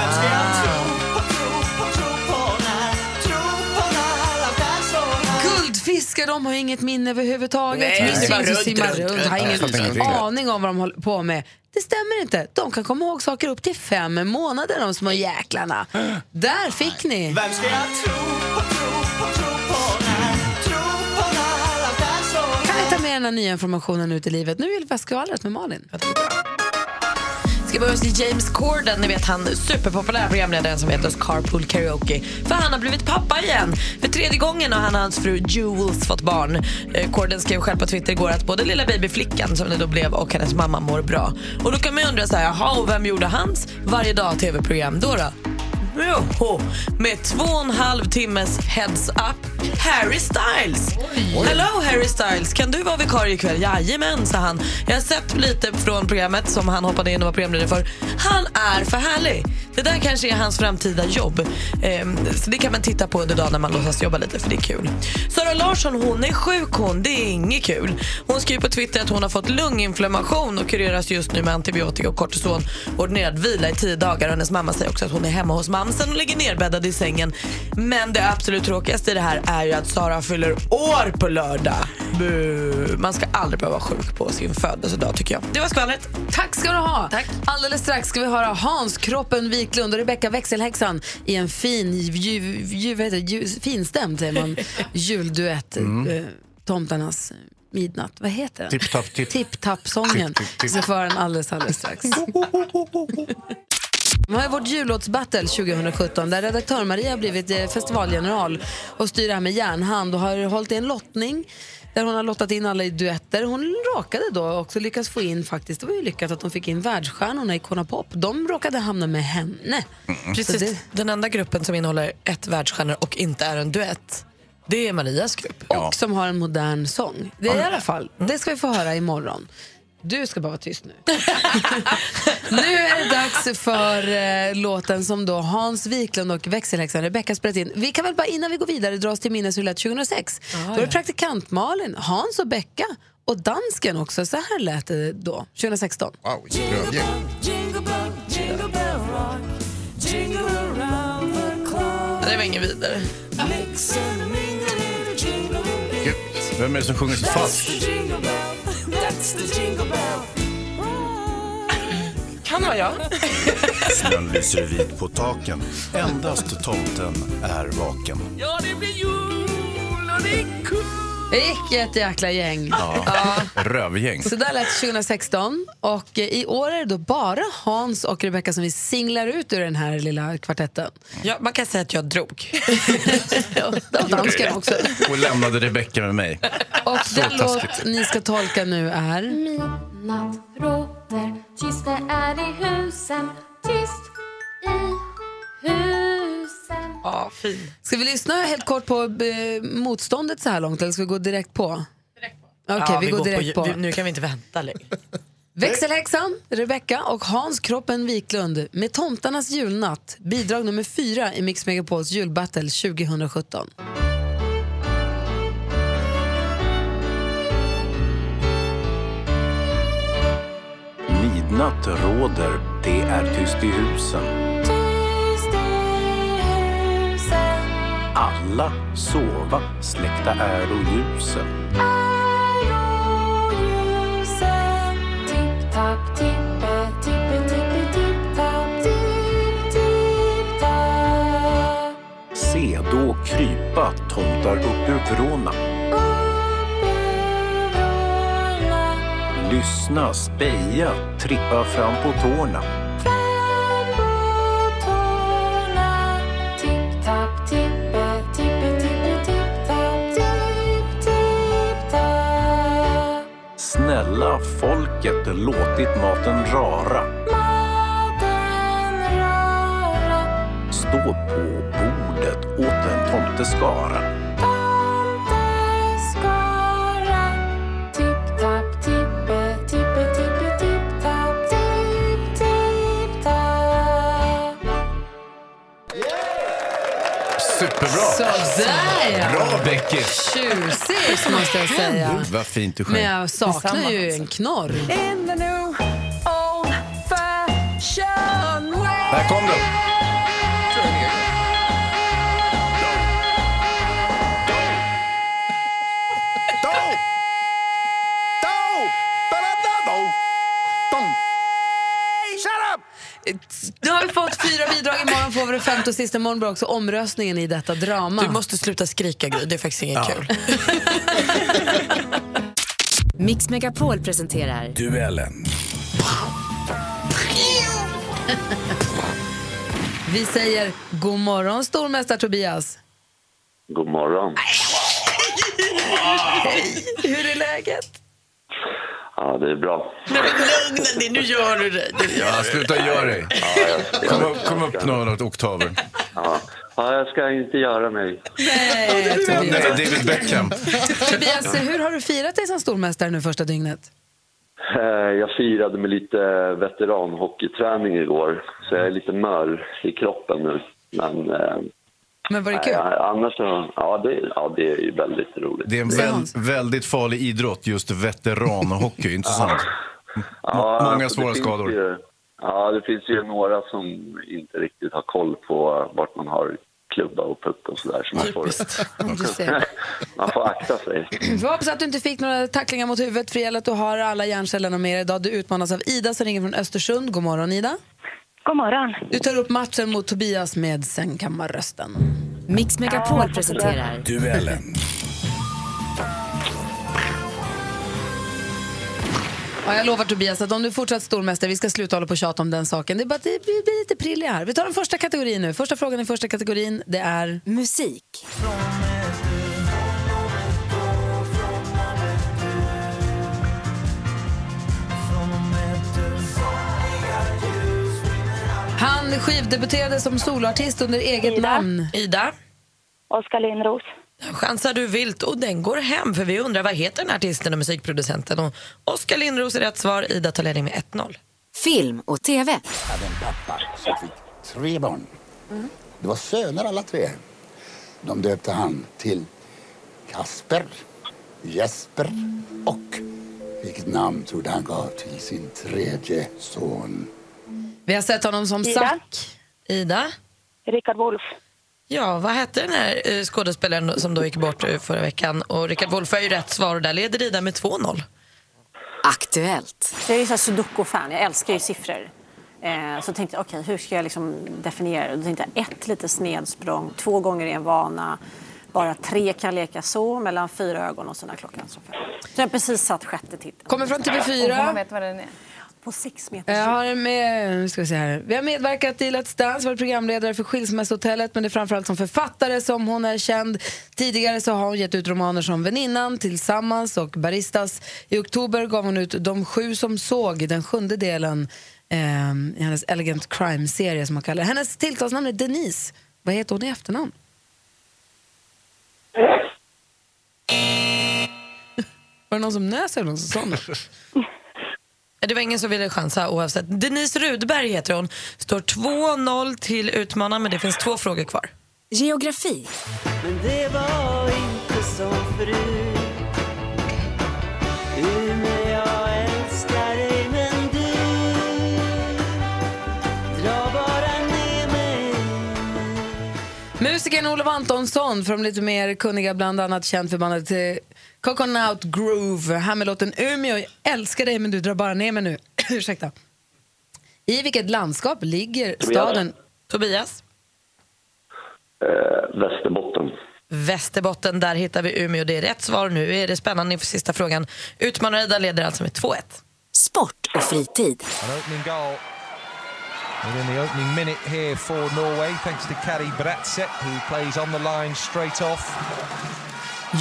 Speaker 1: Guldfiskar de har inget minne överhuvudtaget.
Speaker 2: Nej, det
Speaker 1: Mysterier
Speaker 2: är bara
Speaker 1: som
Speaker 2: runt,
Speaker 1: simmar
Speaker 2: runt,
Speaker 1: runt.
Speaker 2: runt.
Speaker 1: Har
Speaker 2: Jag fattar
Speaker 1: ingen
Speaker 2: ingenting.
Speaker 1: aning om vad de håller på med. Det stämmer inte. De kan komma ihåg saker upp till fem månader, de små jäklarna. Där fick ni.
Speaker 3: Vem ska jag
Speaker 1: Kan vi ta med den här nya informationen ut i livet? Nu vill vi ha skvallret med Malin.
Speaker 2: Ska börja hos James Corden, ni vet han superpopulära programledaren som heter oss Carpool Karaoke. För han har blivit pappa igen. För tredje gången har han och hans fru Jules fått barn. Eh, Corden skrev själv på Twitter igår att både lilla babyflickan som det då blev och hennes mamma mår bra. Och då kan man ju undra så här, jaha och vem gjorde hans varje dag tv-program då då? Jo, med två och en halv timmes heads up. Harry Styles! Hello Harry Styles, kan du vara vikarie ikväll? Jajamän, sa han. Jag har sett lite från programmet som han hoppade in och var programledare för. Han är för härlig. Det där kanske är hans framtida jobb. Ehm, så det kan man titta på under dagen när man låtsas jobba lite, för det är kul. Sara Larsson, hon är sjuk hon. Det är inget kul. Hon skriver på Twitter att hon har fått lunginflammation och kureras just nu med antibiotika och kortison. Ordinerad vila i tio dagar. Och Hennes mamma säger också att hon är hemma hos mamsen och ligger nerbäddad i sängen. Men det absolut tråkigaste i det här är ju att Sara fyller år på lördag. Bu. Man ska aldrig behöva vara sjuk på sin födelsedag tycker jag. Det var skvallret.
Speaker 1: Tack ska du ha. Alldeles strax ska vi höra Hans Kroppen Wiklund och Rebecca Växelhäxan i en fin, ju, ju, vad heter, det? ju, finstämd säger man, julduett.
Speaker 3: Mm.
Speaker 1: eh, Tomtarnas midnatt. Vad heter den?
Speaker 3: Tipp, tapp, tipp.
Speaker 1: Tipp-tapp-sången.
Speaker 3: Tipp, tipp, tipp.
Speaker 1: Vi får höra den alldeles, alldeles strax. Vi har ju vårt jullåtsbattle 2017 där redaktör Maria har blivit eh, festivalgeneral och styr det här med järnhand och har hållit i en lottning där hon har lottat in alla i duetter. Hon råkade då också lyckas få in, faktiskt, det var ju lyckat att hon fick in världsstjärnorna i Icona Pop. De råkade hamna med henne. Så
Speaker 2: Precis,
Speaker 1: det-
Speaker 2: den enda gruppen som innehåller ett världsstjärnor och inte är en duett, det är Marias grupp.
Speaker 1: Och som har en modern sång. Det är i alla fall, det ska vi få höra imorgon. Du ska bara vara tyst nu. nu är det dags för eh, låten som då Hans Wiklund och växelhäxan Rebecca spelat in. Vi kan väl bara innan vi går vidare dra oss till minnes hur det lät 2006. då var det praktikant Malin, Hans och Becka och dansken också. Så här lät det då, 2016.
Speaker 5: Wow, vilket rövgäng.
Speaker 2: Det var ingen vidare.
Speaker 3: Gud, Vem är det som sjunger så falskt?
Speaker 2: Kan vara jag.
Speaker 11: Snön lyser vit på taken. Endast tomten är vaken.
Speaker 2: Ja, det blir jul och det är kul.
Speaker 1: Vilket jäkla gäng.
Speaker 3: Ja. Rövgäng.
Speaker 1: Så där lät det 2016. Och eh, i år är det då bara Hans och Rebecca som vi singlar ut ur den här lilla kvartetten.
Speaker 2: Ja, man kan säga att jag drog.
Speaker 1: Det var dansken också.
Speaker 3: Och lämnade Rebecca med mig.
Speaker 1: Och
Speaker 3: Så
Speaker 1: den
Speaker 3: taskigt.
Speaker 1: låt ni ska tolka nu är...
Speaker 12: Midnatt råder, tyst det är i husen, tyst i husen.
Speaker 2: Ja, fin.
Speaker 1: Ska vi lyssna helt kort på eh, motståndet så här långt eller ska vi gå direkt på? Okej,
Speaker 2: Ja,
Speaker 1: vi, går,
Speaker 2: på
Speaker 1: direkt
Speaker 2: ju-
Speaker 1: på.
Speaker 2: vi- nu kan vi inte vänta längre.
Speaker 1: Växelhäxan, Rebecca och Hans Kroppen Wiklund med Tomtarnas julnatt, bidrag nummer fyra i Mix Megapols julbattle 2017.
Speaker 11: Midnatt råder, det är tyst i husen.
Speaker 12: Tyst i husen.
Speaker 11: Allt vila, sova, släckta är och ljusen. Se då krypa tomtar upp ur vråna. Lyssna, speja, trippa fram på tårna. Snälla folket låtit maten rara. Stå på bordet åt en tomteskara.
Speaker 3: Superbra!
Speaker 1: Sådär, ja.
Speaker 3: Bra, Beckis!
Speaker 1: Tjusigt måste jag säga. Eh,
Speaker 3: Gud, vad fint du sjöng.
Speaker 1: Men jag saknar ju en knorr.
Speaker 3: Här kom den!
Speaker 1: Nu har vi fått fyra bidrag. Imorgon får vi det femte och sista. Imorgon blir också omröstningen i detta drama.
Speaker 2: Du måste sluta skrika, Gry. Det är faktiskt inget kul.
Speaker 13: Mix Megapol presenterar
Speaker 11: Duellen.
Speaker 1: Vi säger god morgon, stormästare Tobias.
Speaker 14: God morgon.
Speaker 1: Hej! Hur är läget?
Speaker 14: Ja, det är bra.
Speaker 2: Nej, men lugna dig. Nu gör du dig.
Speaker 3: Ja, sluta göra dig. Kom, upp- kom upp några oktaver.
Speaker 14: Ja. ja, jag ska inte göra mig.
Speaker 1: Nej,
Speaker 3: Nej,
Speaker 1: Tobias.
Speaker 3: David Beckham.
Speaker 1: Tobias, hur har du firat dig som stormästare nu första dygnet?
Speaker 14: Eh, Jag firade med lite veteranhockeyträning igår, så jag är lite mör i kroppen nu. Men, eh,
Speaker 1: Men var det
Speaker 14: nej,
Speaker 1: kul?
Speaker 14: annars så, ja det, ja, det är ju väldigt roligt.
Speaker 3: Det är en väl, väldigt farlig idrott, just veteranhockey. Inte sant?
Speaker 14: Ja,
Speaker 3: Många
Speaker 14: alltså, det
Speaker 3: svåra
Speaker 14: finns
Speaker 3: skador.
Speaker 14: Ju, ja, det finns ju några som inte riktigt har koll på vart man har klubba och puck och sådär. Så man får,
Speaker 1: du ser.
Speaker 14: man får akta sig.
Speaker 1: Vi hoppas att du inte fick några tacklingar mot huvudet. För det gäller att du har alla hjärncellerna med dig idag. Du utmanas av Ida som ringer från Östersund. God morgon, Ida.
Speaker 15: God morgon.
Speaker 1: Du tar upp matchen mot Tobias med sängkammarrösten.
Speaker 13: Mix Megapol presenterar
Speaker 11: Duellen.
Speaker 1: Ja, jag lovar Tobias att om du är fortsatt stormästare, vi ska sluta hålla på och tjata om den saken. Det är bara att det blir, blir lite prilliga här. Vi tar den första kategorin nu. Första frågan i första kategorin, det är... Musik. Han skivdebuterade som soloartist under eget namn.
Speaker 2: Ida?
Speaker 15: Oskar Lindros.
Speaker 2: chansar du vilt och den går hem för vi undrar vad heter den här artisten och musikproducenten. Och Oskar Lindros är rätt svar. Ida tar ledning med 1-0.
Speaker 13: Film och TV.
Speaker 16: hade en pappa som fick tre barn. Det var söner alla tre. De döpte han till Kasper, Jesper och vilket namn trodde han gav till sin tredje son?
Speaker 1: Vi har sett honom som
Speaker 2: Ida?
Speaker 1: Zack.
Speaker 2: Ida?
Speaker 15: Rickard Wolff.
Speaker 2: Ja, vad hette den här eh, skådespelaren som då gick bort eh, förra veckan? Och Rickard Wolff är ju rätt svar och där leder Ida med 2-0.
Speaker 13: Aktuellt.
Speaker 15: Jag är ju så här sudoku-fan, jag älskar ju siffror. Eh, så tänkte jag, okej, hur ska jag liksom definiera det? Då tänkte jag ett lite snedsprång, två gånger är en vana, bara tre kan leka så, mellan fyra ögon och sådana klockan. Så jag har precis satt sjätte titeln.
Speaker 1: Kommer från TV4. Och man vet
Speaker 15: vad den är? På sex meter.
Speaker 1: Jag har med, nu ska vi se här. Vi har medverkat i Let's Dance, varit programledare för Skilsmässohotellet men det är framförallt som författare som hon är känd. Tidigare så har hon gett ut romaner som Väninnan, Tillsammans och Baristas. I oktober gav hon ut De sju som såg, den sjunde delen ehm, i hennes Elegant Crime-serie som man kallar det. Hennes tilltalsnamn är Denise. Vad heter hon i efternamn? Var det någon som nös eller någon som sa något?
Speaker 2: Det var ingen som ville chansa oavsett. Denise Rudberg heter hon. Står 2-0 till utmanaren men det finns två frågor kvar.
Speaker 13: Geografi.
Speaker 17: Men det var inte som förut Umeå, jag älskar dig men du Dra bara ner mig
Speaker 1: Musikern Olof Antonsson, för de lite mer kunniga, bland annat känd för bandet eh, Coconut Groove. Här med låten Umeå. Jag älskar dig, men du drar bara ner mig nu. Ursäkta. I vilket landskap ligger
Speaker 14: Tobias.
Speaker 1: staden... Tobias?
Speaker 14: Eh, Västerbotten.
Speaker 2: Västerbotten, där hittar vi Umeå. Det är rätt svar. Nu är det spännande inför sista frågan. Utmanare Ida leder alltså med 2-1.
Speaker 18: Sport och fritid.
Speaker 19: An opening goal within the opening minute here for Norway, thanks to Kari Bratseth, who plays on the line straight off.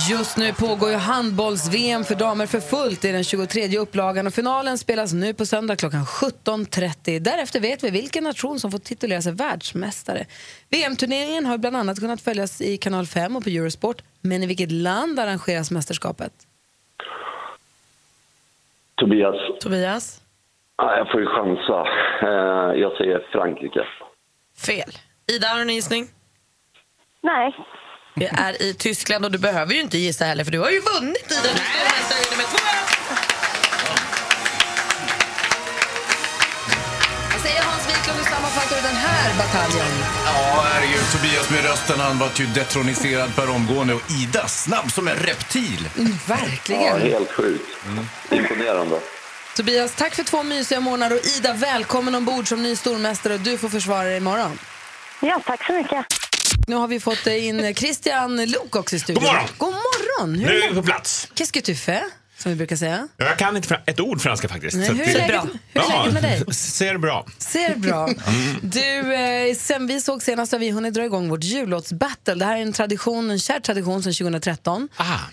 Speaker 1: Just nu pågår ju handbolls-VM för damer för fullt i den 23 upplagan och finalen spelas nu på söndag klockan 17.30. Därefter vet vi vilken nation som får titulera sig världsmästare. VM-turneringen har bland annat kunnat följas i kanal 5 och på Eurosport. Men i vilket land arrangeras mästerskapet?
Speaker 14: Tobias,
Speaker 2: Tobias?
Speaker 14: ah, jag får ju chansa. Eh, jag säger Frankrike.
Speaker 2: Fel. Ida, har du en gissning?
Speaker 20: Nej.
Speaker 2: Det är i Tyskland och du behöver ju inte gissa heller för du har ju vunnit Ida. Du står nästa gång med 2-1.
Speaker 1: Jag säger Hans Wiklund, du sammanfattar den här bataljen.
Speaker 3: Ja, herregud. Tobias med rösten, han var ju detroniserad per omgående. Och Ida, snabb som en reptil.
Speaker 14: Ja,
Speaker 1: Verkligen. Mm.
Speaker 14: helt sjukt. Imponerande.
Speaker 1: Tobias, tack för två mysiga månader och Ida, välkommen ombord som ny stormästare och du får försvara dig imorgon.
Speaker 20: Ja, tack så mycket.
Speaker 1: Nu har vi fått eh, in Christian Lok också i studion.
Speaker 21: God morgon.
Speaker 1: God morgon!
Speaker 21: Nu
Speaker 1: Hur
Speaker 21: är
Speaker 1: är
Speaker 21: vi på plats.
Speaker 1: Qu'est-ce que tu fais? Som vi brukar säga.
Speaker 21: Ja, Jag kan inte fra- ett ord franska faktiskt.
Speaker 1: Nej,
Speaker 21: så
Speaker 1: hur är
Speaker 21: att-
Speaker 1: läget- Bra. hur är läget med dig?
Speaker 21: Ser bra.
Speaker 1: Ser bra.
Speaker 21: Mm.
Speaker 1: Du, eh, sen vi såg senast har vi hunnit dra igång vårt jullåtsbattle. Det här är en tradition, en kär tradition sedan 2013.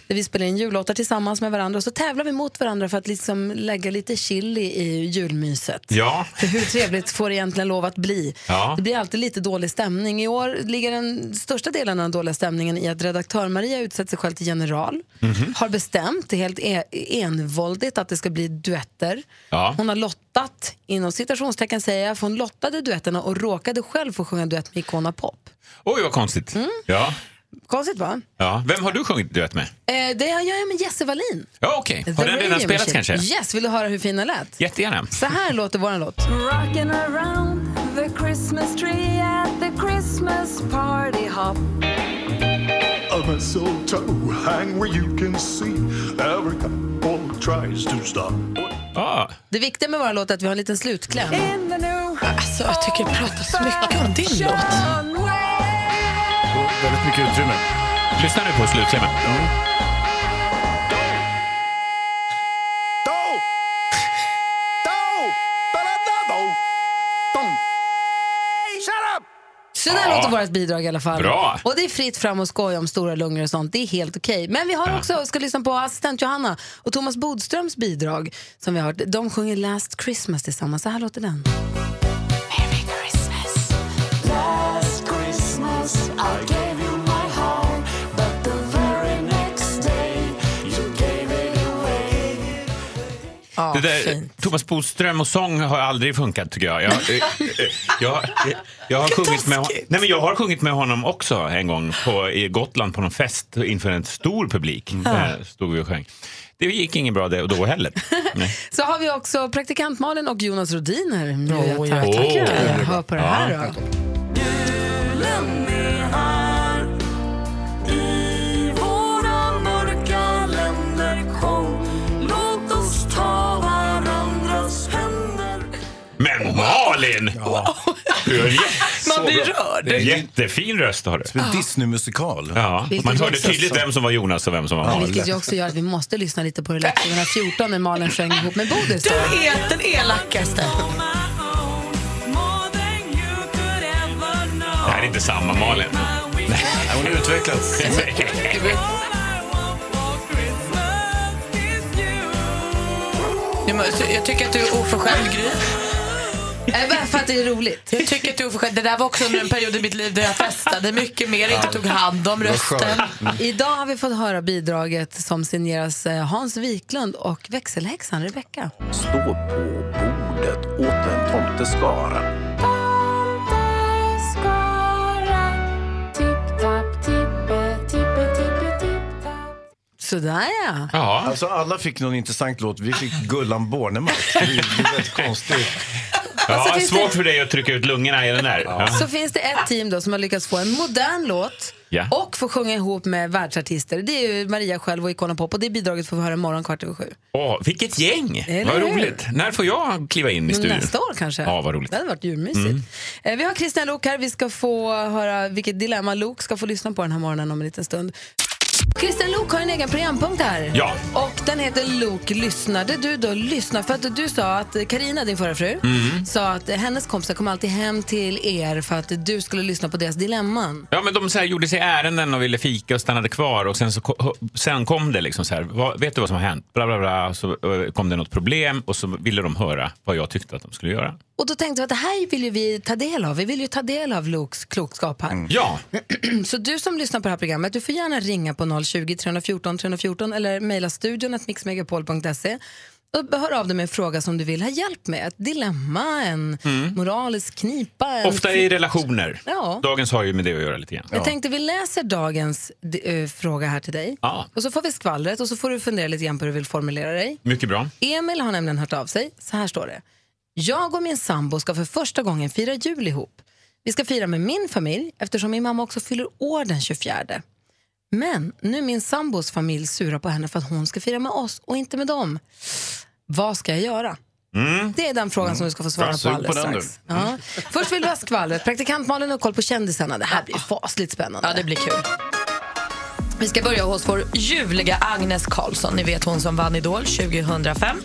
Speaker 1: Där vi spelar in jullåtar tillsammans med varandra och så tävlar vi mot varandra för att liksom lägga lite chili i julmyset.
Speaker 21: Ja.
Speaker 1: För hur trevligt får det egentligen lov att bli?
Speaker 21: Ja.
Speaker 1: Det blir alltid lite dålig stämning. I år ligger den största delen av den dåliga stämningen i att redaktör Maria utsett sig själv till general.
Speaker 21: Mhm.
Speaker 1: Har bestämt, det är helt e- envåldigt, att det ska bli duetter.
Speaker 21: Ja.
Speaker 1: Hon har lottat, inom citationstecken säger jag, för hon lottade duetterna och råkade själv få sjunga duett med Icona Pop.
Speaker 21: Oj, vad konstigt. Ja.
Speaker 1: Konstigt va?
Speaker 21: Ja. Vem har du sjungit duett med?
Speaker 1: Eh, det jag gör med Jesse Wallin.
Speaker 21: Ja, okej.
Speaker 1: The
Speaker 21: Har den
Speaker 1: Radio
Speaker 21: redan spelats
Speaker 1: Machine.
Speaker 21: kanske?
Speaker 1: Yes, vill du höra hur fin den lät?
Speaker 21: Jättegärna.
Speaker 1: Så här låter våran låt.
Speaker 10: Rocking around the Christmas tree at the Christmas party hop.
Speaker 22: A mistletoe hang where you can see every couple tries to stop.
Speaker 21: Ah.
Speaker 1: Det viktiga med våran låt är att vi har en liten slutkläm.
Speaker 2: Alltså, jag tycker det pratas så mycket om din låt.
Speaker 21: Väldigt mycket utrymme. Lyssna nu på slutklämmen.
Speaker 1: Så där
Speaker 10: Ja.
Speaker 1: låter vårt bidrag i alla fall.
Speaker 10: Bra.
Speaker 1: Och det är fritt fram och skoja om stora lungor och sånt. Det är helt okej. Men vi har också, ska lyssna på assistent Johanna och Thomas Bodströms bidrag som vi har hört. De sjunger Last Christmas tillsammans. Så här låter den.
Speaker 10: Last Christmas, I gave you my heart, but the very next day, you gave it away.
Speaker 21: det där, Thomas Boström och sång har aldrig funkat tycker jag. Jag, eh, eh, jag, eh, jag, har, sjungit med, hon- nej, men jag har sjungit med honom också en gång på i Gotland på någon fest inför en stor publik. Där stod vi och sjöng. Det gick inget bra det och då heller. Nej.
Speaker 1: Så har vi också praktikant Malin och Jonas Rodin här.
Speaker 21: Åh,
Speaker 1: tack.
Speaker 21: ja. Åh.
Speaker 1: tack. Hör på det här
Speaker 21: Ja.
Speaker 1: då.
Speaker 10: Julen är här I våra mörka länder kom Låt oss ta varandras händer
Speaker 21: Men Malin! Du har
Speaker 10: Man blir
Speaker 21: jättebra.
Speaker 10: rörd.
Speaker 21: Jättefin röst har du. Som
Speaker 1: en
Speaker 21: Disney-musikal. Ja.
Speaker 1: Vilket
Speaker 21: Man
Speaker 1: jag
Speaker 21: hörde
Speaker 1: också-
Speaker 21: tydligt vem som var Jonas och vem som var
Speaker 1: Ja,
Speaker 21: Malin.
Speaker 1: vilket ju också gör att vi måste lyssna lite på hur det lät 2014 när Malin sjöng ihop med Bodis.
Speaker 2: Du är den elakaste.
Speaker 21: Det här är inte samma Malin.
Speaker 3: Hon har utvecklats.
Speaker 2: Du må- Jag tycker att du är oförskämd, Gry.
Speaker 1: Äh, Bara för att det är roligt.
Speaker 2: Jag tycker att du är oförskämd. Det där var också under en period i mitt liv där jag festade mycket mer, inte tog hand om rösten.
Speaker 21: Mm.
Speaker 1: Idag har vi fått höra bidraget som signeras eh, Hans Wiklund och växelhäxan Rebecca.
Speaker 23: Stå på bordet åt en tomteskara.
Speaker 11: Skara, tipp-tapp, tippe, tippe, tippe, tipp
Speaker 1: Sådär ja.
Speaker 3: Alltså alla fick någon intressant låt. Vi fick Gullan Bornemark. Det är det är väldigt konstigt.
Speaker 1: Och så
Speaker 21: Ja,
Speaker 1: finns det-
Speaker 21: svårt för dig att trycka ut lungorna i den där. Ja.
Speaker 1: Så finns det ett team då som har lyckats få en modern låt
Speaker 21: Ja.
Speaker 1: och få sjunga ihop med världsartister. Det är ju Maria själv och Icona Pop och det bidraget får vi höra imorgon kvart över sju.
Speaker 21: Åh, vilket gäng!
Speaker 1: Eller
Speaker 21: vad
Speaker 1: hur?
Speaker 21: roligt. När får jag kliva in i
Speaker 1: Men
Speaker 21: studion?
Speaker 1: Mm, Nästa år kanske.
Speaker 21: Ja, vad roligt.
Speaker 1: Det hade varit djurmysigt.
Speaker 21: Mm.
Speaker 1: Eh, Vi har Christian Lok här. Vi ska få höra vilket dilemma Lok ska få lyssna på den här morgonen om en liten stund. Christian Lok har en egen programpunkt här.
Speaker 21: Ja.
Speaker 1: Och den heter Lok lyssnar. Där du då lyssnar. För att du sa att Karina din förra fru,
Speaker 21: Mm.
Speaker 1: sa att hennes kompisar kom alltid hem till er för att du skulle lyssna på deras dilemman.
Speaker 21: Ja, men de så här gjorde sig ärenden och ville fika och stannade kvar och sen, så, ko- sen kom det liksom så här, vad, vet du vad som har hänt? Bla, bla, bla. Så eh, kom det något problem och så ville de höra vad jag tyckte att de skulle göra.
Speaker 1: Och då tänkte vi att det här vill ju vi ta del av. Vi vill ju ta del av Loks klokskap här.
Speaker 21: Ja,
Speaker 1: Så du som lyssnar på det här programmet, du får gärna ringa på 020 314 314 eller mejla studion att mixmegapol.se och hör av dig med en fråga som du vill ha hjälp med. Ett dilemma, en
Speaker 21: Mm.
Speaker 1: moralisk knipa. En
Speaker 21: ofta i relationer.
Speaker 1: Ja.
Speaker 21: Dagens har ju med det att göra lite grann.
Speaker 1: Jag tänkte vi läser dagens eh, fråga här till dig.
Speaker 21: Ja.
Speaker 1: Och så får vi skvallret och så får du fundera lite grann på hur du vill formulera dig.
Speaker 21: Mycket bra.
Speaker 1: Emil har nämligen hört av sig. Så här står det. Jag och min sambo ska för första gången fira jul ihop. Vi ska fira med min familj eftersom min mamma också fyller år den 24. Men nu är min sambos familj sura på henne för att hon ska fira med oss och inte med dem. Vad ska jag göra? Det är den frågan som du ska få svara
Speaker 21: Jag är
Speaker 1: på alldeles
Speaker 21: sugen på den nu.
Speaker 1: strax. Ja. Först vill du ha skvallret. Praktikant Malin har koll på kändisarna. Det här blir fasligt spännande. Ja, det blir kul.
Speaker 2: Vi ska börja hos vår ljuvliga Agnes Karlsson. Ni vet hon som vann Idol 2005.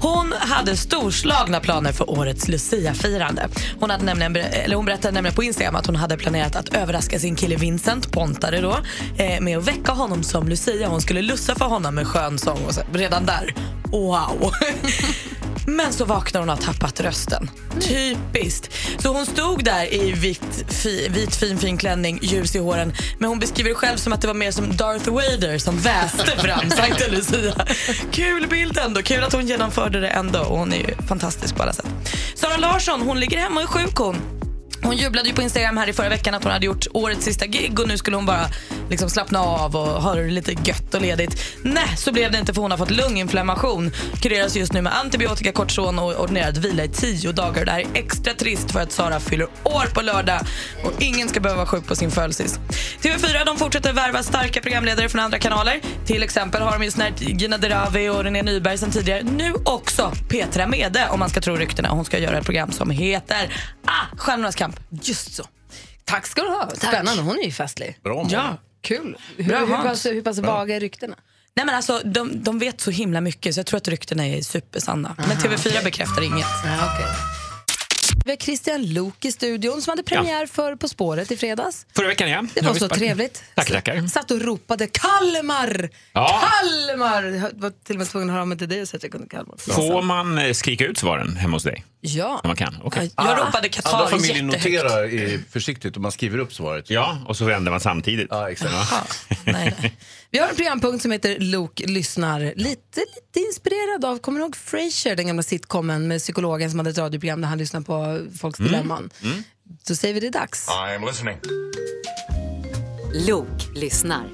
Speaker 2: Hon hade storslagna planer för årets Lucia-firande. Hon, hade nämligen, eller hon berättade nämligen på Instagram att hon hade planerat att överraska sin kille Vincent Pontare då, eh, med att väcka honom som Lucia. Hon skulle lussa för honom med skönsång. Och så, redan där, wow! Men så vaknar hon och har tappat rösten. Typiskt. Så hon stod där i vitt, fi, vit fin fin klänning, ljus i håren. Men hon beskriver det själv som att det var mer som Darth Vader som väste fram Sankta Lucia. Kul bild ändå. Kul att hon genomförde det ändå. Och hon är ju fantastisk på alla sätt. Sara Larsson, hon ligger hemma och är sjuk hon. Hon jublade ju på Instagram här i förra veckan att hon hade gjort årets sista gig och nu skulle hon bara liksom slappna av och ha det lite gött och ledigt. Nej, så blev det inte för hon har fått lunginflammation. Kureras just nu med antibiotika, kortison och ordinerad vila i tio dagar. Det här är extra trist för att Sara fyller år på lördag och ingen ska behöva vara sjuk på sin födelsedag. TV4 de fortsätter värva starka programledare från andra kanaler. Till exempel har de ju snärt Gina Dirawi och René Nyberg sen tidigare. Nu också Petra Mede om man ska tro ryktena. Hon ska göra ett program som heter ah, Stjärnornas kamp. Just så.
Speaker 1: Tack ska du ha. Spännande. Hon är ju festlig.
Speaker 3: Bra,
Speaker 2: Ja.
Speaker 1: Kul. Hur,
Speaker 2: Bra,
Speaker 1: hur,
Speaker 2: Hans.
Speaker 1: pass, hur pass
Speaker 2: Bra.
Speaker 1: vaga är ryktena?
Speaker 2: Nej, men alltså, de, de vet så himla mycket så jag tror att ryktena är supersanna. Men TV4 bekräftar inget.
Speaker 1: Vi har Christian Lok i studion som hade premiär för På spåret i fredags.
Speaker 21: Förra veckan, ja.
Speaker 1: Det
Speaker 21: Nu har
Speaker 1: var
Speaker 21: vi
Speaker 1: så
Speaker 21: spark-
Speaker 1: trevligt.
Speaker 21: Tack, tackar.
Speaker 1: Satt och ropade Kalmar!
Speaker 21: Ja.
Speaker 1: Kalmar! Jag var till och med tvungen att höra av mig till dig och säga att jag kunde Kalmar.
Speaker 21: Får man eh, skrika ut svaren hemma hos dig?
Speaker 1: Ja.
Speaker 21: När man kan? Okej.
Speaker 1: Jag ropade Qatar
Speaker 3: Alla familjen
Speaker 1: jättehögt.
Speaker 3: noterar i, försiktigt och man skriver upp svaret.
Speaker 21: Ja, och så vänder man samtidigt.
Speaker 3: Ja, exakt.
Speaker 1: Vi har en programpunkt som heter Lok lyssnar. Lite, lite inspirerad av, kommer du ihåg Frasier, den gamla sitcomen med psykologen som hade ett radioprogram där han lyssnade på folks
Speaker 21: Mm.
Speaker 1: dilemman? Då säger vi det är dags.
Speaker 24: I'm listening.
Speaker 13: Lok lyssnar.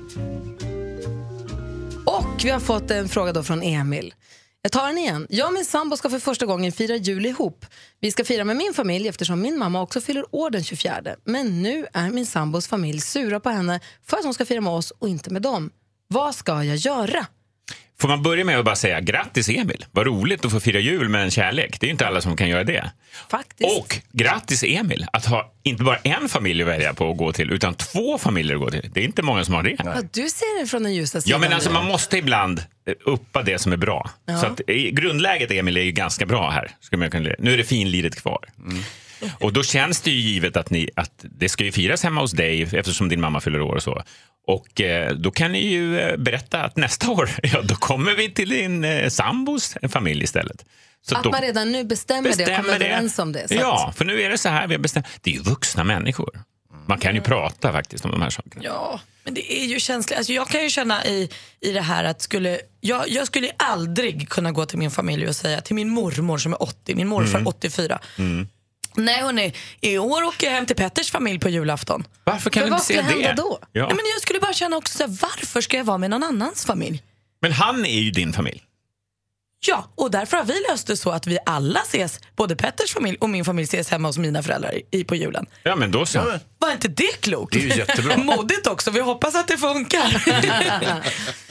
Speaker 1: Och vi har fått en fråga då från Emil. Jag tar den igen. Jag och min sambo ska för första gången fira jul ihop. Vi ska fira med min familj eftersom min mamma också fyller år den 24. Men nu är min sambos familj sura på henne för att hon ska fira med oss och inte med dem. Vad ska jag göra?
Speaker 21: Får man börja med att bara säga grattis Emil, vad roligt att få fira jul med en kärlek. Det är ju inte alla som kan göra det.
Speaker 1: Faktiskt.
Speaker 21: Och grattis Emil, att ha inte bara en familj att välja på att gå till, utan två familjer att gå till. Det är inte många som har det.
Speaker 1: Ja, du ser det från den ljusa sidan.
Speaker 21: Ja, men alltså
Speaker 1: nu.
Speaker 21: man måste ibland eh, uppa det som är bra.
Speaker 1: Ja.
Speaker 21: Så att, eh, grundläget, Emil, är ju ganska bra här. Ska man kunna, nu är det finliret kvar.
Speaker 1: Mm.
Speaker 21: Och då känns det ju givet att, ni, att det ska ju firas hemma hos dig eftersom din mamma fyller år och så. Och eh, då kan ni ju eh, berätta att nästa år, ja då kommer vi till din eh, sambos familj istället. Så
Speaker 1: att
Speaker 21: då
Speaker 1: man redan nu bestämmer, det och kommer överens om det. Så
Speaker 21: Ja, för nu är det så här vi har bestämt. Det är ju vuxna människor. Man kan ju
Speaker 1: Mm.
Speaker 21: prata faktiskt om de här sakerna.
Speaker 2: Ja, men det är ju känsligt. Alltså, jag kan ju känna i, i det här att skulle, jag, jag skulle aldrig kunna gå till min familj och säga till min mormor som är 80, min morfar
Speaker 21: Mm.
Speaker 2: 84. Nej hörni, i år åker jag hem till Petters familj på julafton.
Speaker 21: Varför kan
Speaker 2: Men
Speaker 21: du
Speaker 2: vad
Speaker 21: inte
Speaker 2: skulle
Speaker 21: se det?
Speaker 2: hända då?
Speaker 21: Ja.
Speaker 2: Nej, men jag skulle bara känna också så här, varför ska jag vara med någon annans familj?
Speaker 21: Men han är ju din familj.
Speaker 2: Ja, och därför har vi löst det så att vi alla ses, både Petters familj och min familj ses hemma hos mina föräldrar i, på julen.
Speaker 21: Ja, men då så.
Speaker 2: Var inte det klokt?
Speaker 21: Det är ju jättebra.
Speaker 2: Modigt också, vi hoppas att det funkar.
Speaker 21: Ja, ja,
Speaker 1: Nej,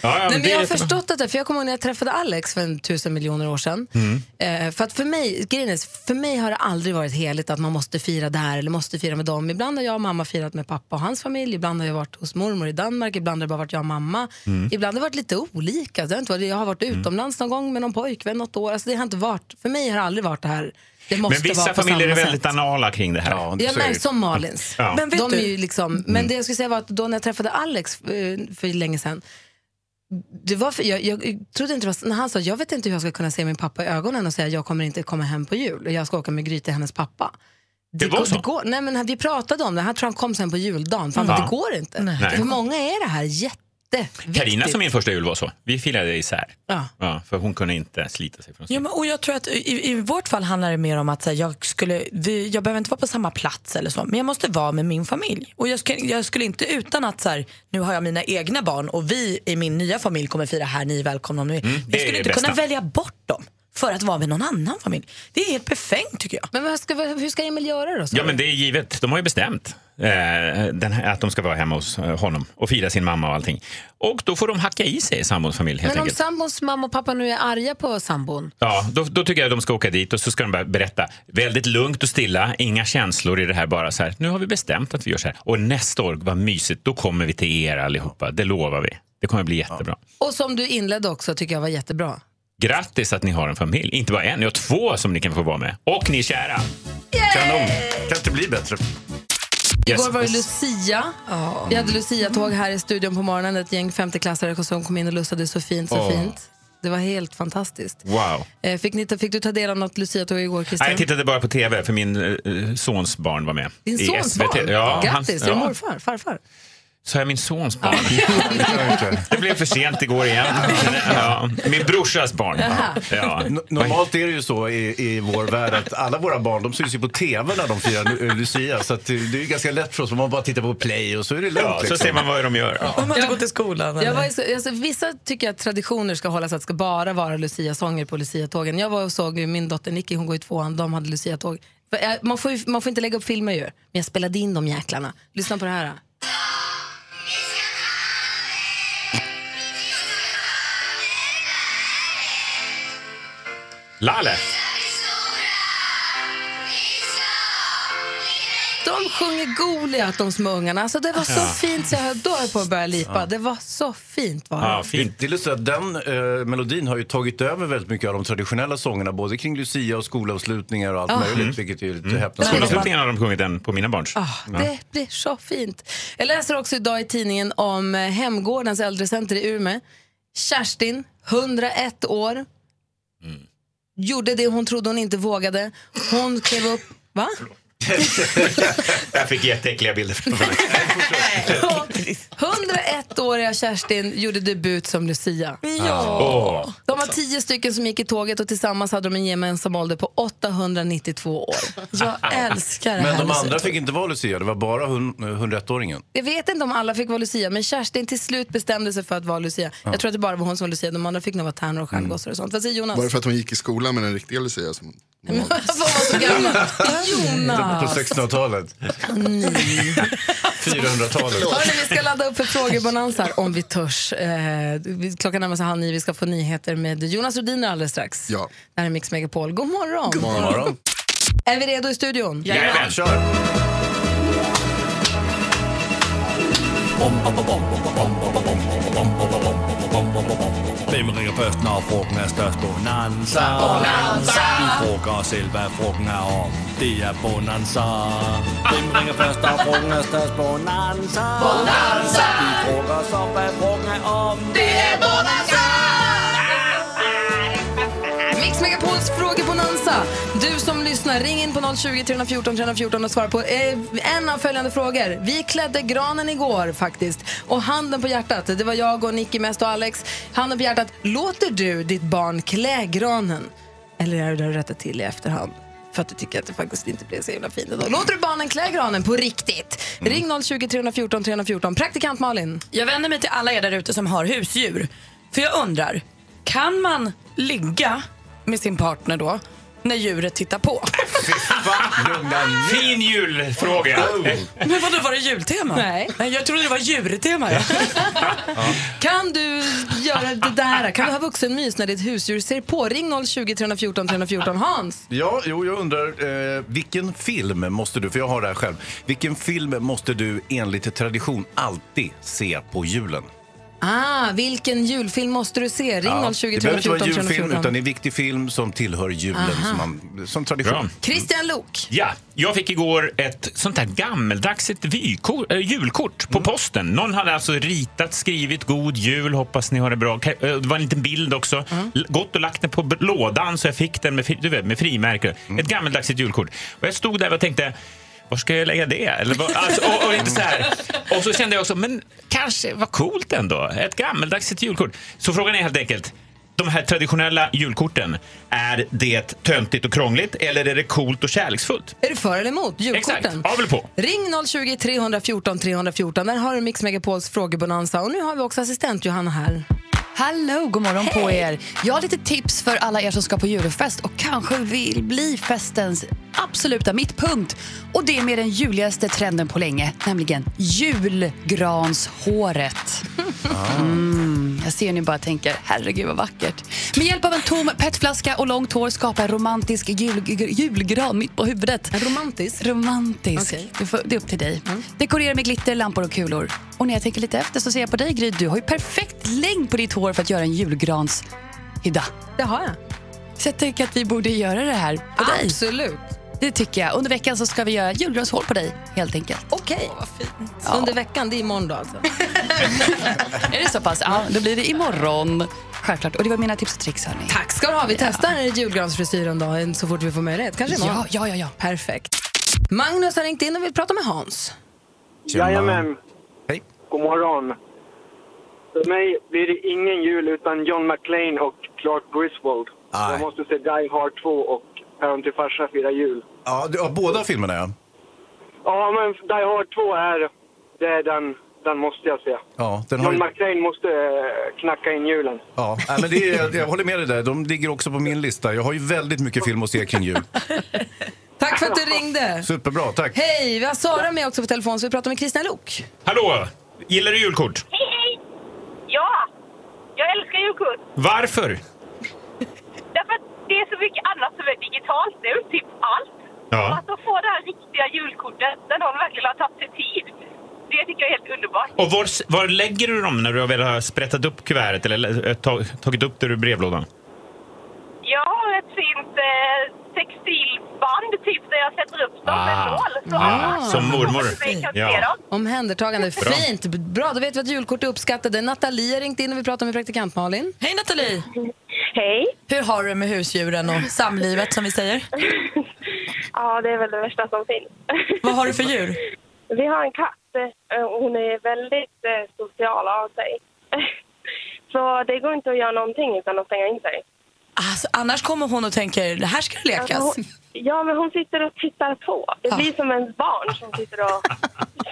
Speaker 21: men
Speaker 1: men jag
Speaker 21: det är
Speaker 1: har
Speaker 21: jättebra.
Speaker 1: förstått det, för jag kommer ihåg när jag träffade Alex för en tusen miljoner år sedan. Mm. Eh, för att för mig, grejen är, för mig har det aldrig varit heligt att man måste fira där eller måste fira med dem. Ibland har jag och mamma firat med pappa och hans familj, ibland har jag varit hos mormor i Danmark, ibland har det bara varit jag och mamma.
Speaker 24: Mm.
Speaker 1: Ibland har det varit lite olika. Det har inte varit, jag har varit
Speaker 24: Mm.
Speaker 1: utomlands någon gång med någon pojkvän något år. Alltså, det har inte varit, för mig har det aldrig varit det här, det måste
Speaker 21: Men
Speaker 1: vara
Speaker 21: vissa
Speaker 1: på
Speaker 21: familjer
Speaker 1: samma
Speaker 21: är
Speaker 1: sätt.
Speaker 21: väldigt anala kring det här. Ja,
Speaker 1: Ja, men som Malins.
Speaker 21: Ja.
Speaker 1: Men, De är ju liksom, men
Speaker 21: Mm.
Speaker 1: det jag skulle säga var att då när jag träffade Alex eh, för länge sedan, det var för, jag, jag trodde inte det var, så- när han sa jag vet inte hur jag ska kunna se min pappa i ögonen och säga jag kommer inte komma hem på jul och jag ska åka med Gry till hennes pappa.
Speaker 21: Det var
Speaker 1: går-
Speaker 21: så?
Speaker 1: Det går, nej men vi pratade om det, han tror han kom sen på juldagen, för han
Speaker 21: Mm.
Speaker 1: bara,
Speaker 21: Ja.
Speaker 1: det går inte.
Speaker 21: Nej.
Speaker 1: För många är det här jätteviktigt.
Speaker 21: Carina som min första jul var så. Vi firade isär.
Speaker 1: Ja.
Speaker 21: Ja, för hon kunde inte slita sig från
Speaker 2: Ja, men, och jag tror att i, i vårt fall handlar det mer om att så här, jag, skulle, vi, jag behöver inte vara på samma plats eller så, men jag måste vara med min familj. Och jag, ska, jag skulle inte utan att så här, nu har jag mina egna barn och vi i min nya familj kommer fira här, ni är välkomna om ni vill.
Speaker 21: Mm, det
Speaker 2: jag skulle
Speaker 21: är
Speaker 2: inte
Speaker 21: det
Speaker 2: kunna
Speaker 21: bästa.
Speaker 2: välja bort dem för att vara med någon annan familj. Det är helt befängt tycker jag.
Speaker 1: Men vad ska, hur ska Emil göra då?
Speaker 21: Ja, men det är givet. De har ju bestämt eh, den här, att de ska vara hemma hos eh, honom och fira sin mamma och allting. Och då får de hacka i sig sambons familj helt
Speaker 1: men om
Speaker 21: enkelt.
Speaker 1: sambons mamma och pappa nu är arga på sambon,
Speaker 21: Ja, då, då tycker jag att de ska åka dit och så ska de bara berätta väldigt lugnt och stilla, inga känslor i det här bara så här. Nu har vi bestämt att vi gör så här och nästa år, vad mysigt, då kommer vi till er allihopa. Det lovar vi. Det kommer bli jättebra.
Speaker 1: och som du inledde också tycker jag var jättebra.
Speaker 21: Grattis att ni har en familj, inte bara en, ni har två som ni kan få vara med och ni är kära. Kanon, kan inte bli bättre.
Speaker 1: Igår var det Lucia. Vi hade Lucia-tåg här i studion på morgonen. Ett gäng femteklassare som kom in och lussade så fint, så
Speaker 21: Åh.
Speaker 1: fint. Det var helt fantastiskt.
Speaker 21: Wow.
Speaker 1: Eh, Fick, ni, ta- fick du ta del av något Lucia-tåg igår,
Speaker 21: Nej,
Speaker 1: Christian?
Speaker 21: jag tittade bara på tv för min eh, sons barn var med.
Speaker 1: Din
Speaker 21: I
Speaker 1: sons
Speaker 21: SVT.
Speaker 1: barn?
Speaker 21: Ja,
Speaker 1: Grattis, är
Speaker 21: han,
Speaker 1: du
Speaker 21: ja.
Speaker 1: morfar? Farfar?
Speaker 21: Så jag min sons barn? det blev för sent igår igen. Ja, min brorsas barn.
Speaker 1: Jaha.
Speaker 21: Ja.
Speaker 3: No- Normalt är det ju så i, i vår värld att alla våra barn de syns ju på tv när de firar Lu- eh, Lucia. Så att eh, det är ju ganska lätt för oss om man bara tittar på play och så är det lugnt.
Speaker 21: Ja, så
Speaker 1: liksom.
Speaker 21: ser man vad de gör.
Speaker 2: Om man inte går till skolan.
Speaker 1: Jag var ju så, alltså, vissa tycker att traditioner ska hållas, att det ska bara vara Lucia-sånger på Lucia-tågen. Jag var och såg ju min dotter Nicky, hon går i tvåan, de hade Lucia-tåg. För, eh, Man får, ju, man får inte lägga upp filmer ju, men jag spelade in de jäklarna. Lyssna på det här.
Speaker 21: Lale!
Speaker 1: De sjunger Goliat, de små ungarna. Alltså, det var så
Speaker 3: Ja.
Speaker 1: fint så jag höll, då höll på att börja lipa.
Speaker 3: Ja.
Speaker 1: Det var så fint var det.
Speaker 3: Ja, fint. Det är lustigt att den eh, melodin har ju tagit över väldigt mycket av de traditionella sångerna, både kring Lucia och skolavslutningar och allt
Speaker 1: Ja.
Speaker 3: möjligt,
Speaker 21: Mm.
Speaker 3: vilket är lite
Speaker 21: Mm.
Speaker 3: häpnadsväckande.
Speaker 21: Skolavslutningen har de sjungit den på mina barns. Ja.
Speaker 1: Ah, Det blir så fint. Jag läser också idag i tidningen om eh, Hemgårdens äldrecenter i Umeå. Kerstin, 101 år,
Speaker 3: Mm.
Speaker 1: gjorde det hon trodde hon inte vågade. Hon klev upp... Va?
Speaker 21: Jag fick jätteäckliga bilder framför mig.
Speaker 1: 101-åriga Kerstin gjorde debut som Lucia.
Speaker 21: Åh.
Speaker 1: De var tio stycken som gick i tåget och tillsammans hade de en gemensam ålder på 892 år. Jag älskar det
Speaker 3: Men
Speaker 1: här.
Speaker 21: Mm.
Speaker 3: de
Speaker 1: Lucia.
Speaker 3: andra fick inte vara Lucia, det var bara eh, hun- 101-åringen.
Speaker 1: Jag vet inte om alla fick vara Lucia, men Kerstin till slut bestämde sig för att vara Lucia.
Speaker 3: Ja.
Speaker 1: Jag tror att det bara var hon som var Lucia, de andra fick nog vara tärnor och stjärngossar och sånt. Vad säger Jonas?
Speaker 5: Var det för att hon gick i skolan med den riktiga Lucia? Som...
Speaker 1: Vad var så gammal?
Speaker 3: På
Speaker 21: Ah.
Speaker 1: Jonas!
Speaker 3: 1600-talet. 400-talet.
Speaker 1: Hörrni, vi ska ladda upp för frågebonanzar om vi törs. Eh, vi- klockan närmar sig halv nio, vi ska få nyheter med Jonas Rhodiner alldeles strax.
Speaker 5: Ja.
Speaker 1: Det här är Mix Megapol. God morgon!
Speaker 3: God morgon.
Speaker 1: Är vi redo i studion?
Speaker 3: Jajamän, kör!
Speaker 25: Vem ringer först när frågan är störst? Bonanza!
Speaker 4: Bonanza!
Speaker 25: Vi frågar oss själva vad frågan är om. Det är Bonanza! Vem ringer först när frågan är störst? Bonanza!
Speaker 4: Bonanza!
Speaker 25: Vi frågar oss om vad frågan är om.
Speaker 1: Det är Bonanza! Mix Megapols frågebonanza. Du som lyssnar, ring in på 020 314 314 och svara på eh, en av följande frågor. Vi klädde granen igår faktiskt. Och handen på hjärtat, det var jag och Nicky mest och Alex. Handen på hjärtat, låter du ditt barn klä granen? Eller är du där och rättar till i efterhand? För att du tycker att det faktiskt inte blev så himla fint ändå. Låter du barnen klä granen på riktigt? Ring 020 314 314. Praktikant Malin.
Speaker 2: Jag vänder mig till alla er där ute som har husdjur. För jag undrar, kan man ligga med sin partner då när djuret tittar på.
Speaker 21: Fin julfråga.
Speaker 2: Men vadå, var det jultema?
Speaker 1: Nej.
Speaker 2: jag trodde det var djurtema. Ja.
Speaker 1: Kan du göra det där? Kan du ha vuxenmys när ditt husdjur ser på? Ring 020 314 314 Hans.
Speaker 3: Ja, jo, jag undrar, eh, vilken film måste du, för jag har det här själv, vilken film måste du enligt tradition alltid se på julen?
Speaker 1: Ah, vilken julfilm måste du se? Ring
Speaker 3: Ja,
Speaker 1: 020
Speaker 3: det behöver inte vara en
Speaker 1: 314
Speaker 3: julfilm, utan
Speaker 1: 314.
Speaker 3: det är en viktig film som tillhör julen
Speaker 1: Aha.
Speaker 3: som, man, som tradition.
Speaker 21: Bra.
Speaker 1: Christian Lok.
Speaker 21: Ja, jag fick igår ett sånt här gammeldags ett vykort, eh, julkort på posten. Någon hade alltså ritat, skrivit god jul, hoppas ni har det bra. Ka- eh, Det var en liten bild också. L- Gått och lagt den på b- lådan så jag fick den med, fri- du vet, med frimärke. Ett gammeldags ett julkort. Och jag stod där och tänkte var ska jag lägga det? Eller, vad- alltså, och, och, inte så här. och så kände jag också, men kanske, vad coolt ändå. Ett gammeldags ett julkort. Så frågan är helt enkelt, de här traditionella julkorten, är det töntigt och krångligt eller är det coolt och kärleksfullt?
Speaker 1: Är du för eller emot
Speaker 21: Exakt,
Speaker 1: julkorten?
Speaker 21: avel på.
Speaker 1: Ring 020 314 314. Där har du Mix Megapols frågebonanza. Och nu har vi också assistent Johanna här.
Speaker 24: Hallå, god morgon på er. Jag har lite tips för alla er som ska på julfest och kanske vill bli festens absoluta mittpunkt. Och det med den juligaste trenden på länge, nämligen julgranshåret. Mm, jag ser ni bara tänker, herregud vad vackert. Med hjälp av en tom petflaska och långt hår skapa en romantisk jul, gr- julgran mitt på huvudet.
Speaker 1: Romantisk?
Speaker 24: Romantisk.
Speaker 1: Okej.
Speaker 24: Det, får, det är upp till dig. Dekorera med glitter, lampor och kulor. Och när jag tänker lite efter så ser jag på dig Gry, du har ju perfekt längd på ditt hår för att göra en julgranshydda.
Speaker 1: Det har jag.
Speaker 24: Så jag tänker att vi borde göra det här på dig.
Speaker 1: Absolut.
Speaker 24: Det tycker jag. Under veckan så ska vi göra julgranshår på dig helt enkelt.
Speaker 1: Okej. Så Under veckan, det är imorgon då alltså.
Speaker 24: Är det så pass? Ja, då blir det imorgon. Självklart. Och det var mina tips och tricks hörni.
Speaker 1: Tack ska du ha. Vi testar julgransfrisyren då, så fort vi får möjlighet. Kanske imorgon.
Speaker 24: Ja, ja, ja, ja.
Speaker 1: Perfekt. Magnus har ringt in och vill prata med Hans.
Speaker 3: Tjena.
Speaker 4: Jajamän.
Speaker 3: Hej.
Speaker 4: God morgon. För mig blir det ingen jul utan John McClane och Clark Griswold.
Speaker 3: Aj.
Speaker 4: Jag måste se Die Hard 2 och Päron till farsa fira jul.
Speaker 3: Ja, du, ja, båda filmerna ja.
Speaker 4: Ja, men Die Hard 2 är, det är den, den måste jag se.
Speaker 3: Ja, den har
Speaker 4: John
Speaker 3: ju,
Speaker 4: McClane måste eh, knacka in julen.
Speaker 3: ja. Nej, men det är, jag håller med dig där. De ligger också på min lista. Jag har ju väldigt mycket film att se kring jul.
Speaker 1: Tack för att du ringde.
Speaker 3: Superbra, tack.
Speaker 1: Hej, vi har Sara med också på telefon så vi pratar med Christian Lok.
Speaker 21: Hallå! Gillar du julkort?
Speaker 6: Hej, hej! Ja, jag älskar julkort.
Speaker 21: Varför?
Speaker 6: Därför att det är så mycket annat som är digitalt nu, typ allt.
Speaker 21: Ja.
Speaker 6: Och att de får det här riktiga julkortet där någon verkligen har tagit sig tid, det tycker jag är helt underbart.
Speaker 21: Och var, var lägger du dem när du väl har sprättat upp kuvertet eller eh, ta, tagit upp det ur brevlådan?
Speaker 6: Jag har ett fint eh, textilband typ där jag sätter upp dem med
Speaker 21: Ah.
Speaker 6: nål. Så
Speaker 21: Ah,
Speaker 6: att-
Speaker 21: som mormor.
Speaker 6: så att vi kan se
Speaker 21: Ja.
Speaker 6: dem.
Speaker 1: Omhändertagande.
Speaker 21: Bra.
Speaker 1: Fint. Bra, då vet vi att julkort är uppskattade. Nathalie har ringt in och vi pratar med praktikant Malin.
Speaker 2: Hej Nathalie!
Speaker 6: Hej!
Speaker 2: Hur har du det med husdjuren och samlivet som vi säger?
Speaker 7: Ja, det är väl det värsta som finns.
Speaker 2: Vad har du för djur?
Speaker 7: Vi har en katt eh, och hon är väldigt eh, social av sig. Så det går inte att göra någonting utan att stänga in sig.
Speaker 2: Alltså, annars kommer hon och tänker, det här ska det
Speaker 7: Ja,
Speaker 2: lekas.
Speaker 7: men hon- Ja, men hon sitter och tittar på. Det blir som ens barn som sitter och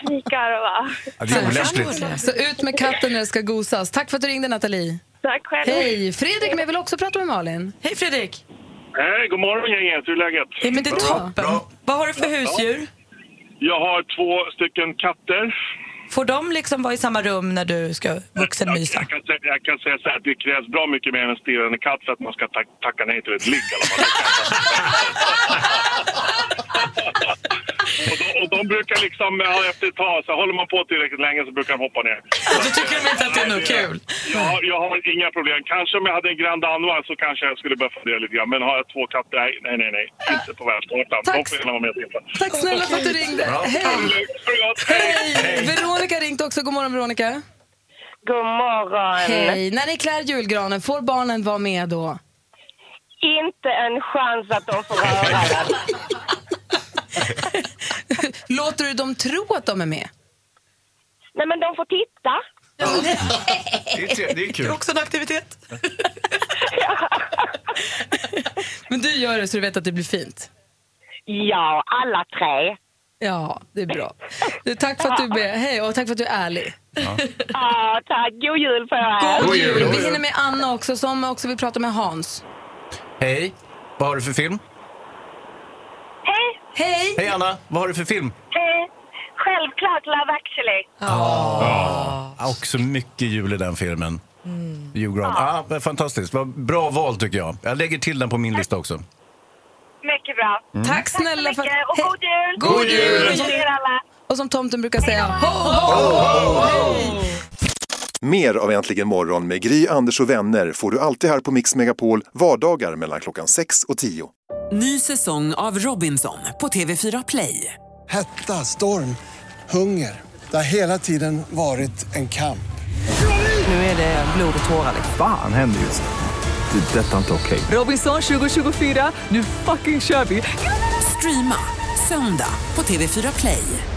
Speaker 7: kikar och bara...
Speaker 3: Ja, det är olämpligt.
Speaker 1: Så ut med katten när det ska gosas. Tack för att du ringde Nathalie.
Speaker 7: Tack själv.
Speaker 1: Hej! Fredrik men jag vill också prata med Malin.
Speaker 2: Hej Fredrik!
Speaker 26: Hej, god morgon gänget. Hur är läget?
Speaker 2: Ja, men det är toppen. Vad har du för husdjur?
Speaker 26: Jag har två stycken katter.
Speaker 2: Får de liksom vara i samma rum när du ska vuxenmysa?
Speaker 26: Jag kan, sä- jag kan säga så här, det krävs bra mycket mer än en stirrande katt för att man ska ta- tacka nej till ett ligg i alla fall. och, de, och de brukar liksom, ja, efter ett tag, så håller man på tillräckligt länge så brukar de hoppa ner.
Speaker 2: Du tycker de inte att det är nog kul?
Speaker 26: Jag, har- jag har inga problem. Kanske om jag hade en Grand Danois så kanske jag skulle börja fundera lite grann. Men har jag två katter? Nej, nej, nej. nej. Inte på världskartan. De får gärna vara med och titta.
Speaker 1: Tack snälla för att du ringde.
Speaker 26: Bra.
Speaker 1: Hej! Hej! Veronica har ringt också. God morgon Veronica.
Speaker 7: God morgon.
Speaker 1: Hej! När ni klär julgranen, får barnen vara med då?
Speaker 7: Inte en chans att de får röra den.
Speaker 1: Låter du dem tro att de är med?
Speaker 7: Nej, men de får titta.
Speaker 3: Det är, tre- det är kul.
Speaker 2: också en aktivitet.
Speaker 1: Men du gör det så du vet att det blir fint.
Speaker 7: Ja, alla tre.
Speaker 1: Ja, det är bra. Du, tack för att du är med. Hej, och tack för att du är ärlig.
Speaker 6: Ja, tack. God jul på er.
Speaker 1: God jul. Vi hinner med Anna också, som också vill prata med Hans.
Speaker 3: Hej, vad har du för film?
Speaker 6: Hej!
Speaker 1: Hej!
Speaker 3: Hej Anna, vad har du för film?
Speaker 6: Hej! Självklart Love actually.
Speaker 3: Ah, Också mycket jul i den filmen.
Speaker 1: Mm.
Speaker 3: Hugh Grant. Ah, men fantastiskt. Vad Bra val tycker jag. Jag lägger till den på min lista också.
Speaker 6: Mycket bra.
Speaker 3: Mm.
Speaker 1: Tack snälla
Speaker 6: för... Mycket, och god jul!
Speaker 3: God God jul! jul!
Speaker 6: Till er alla.
Speaker 1: Och som tomten brukar säga, ho, ho, ho, ho.
Speaker 8: Mer av Äntligen morgon med Gry, Anders och vänner får du alltid här på Mix Megapol vardagar mellan klockan 6 och 10.
Speaker 10: Ny säsong av Robinson på TV4 Play.
Speaker 15: Hetta, storm, hunger. Det har hela tiden varit en kamp.
Speaker 10: Nu är det blod och tårar. liksom.
Speaker 16: Fan händer just nu. Det. är Detta är inte okej.
Speaker 10: Robinson 2024, nu fucking kör vi! Streama söndag på TV4 Play.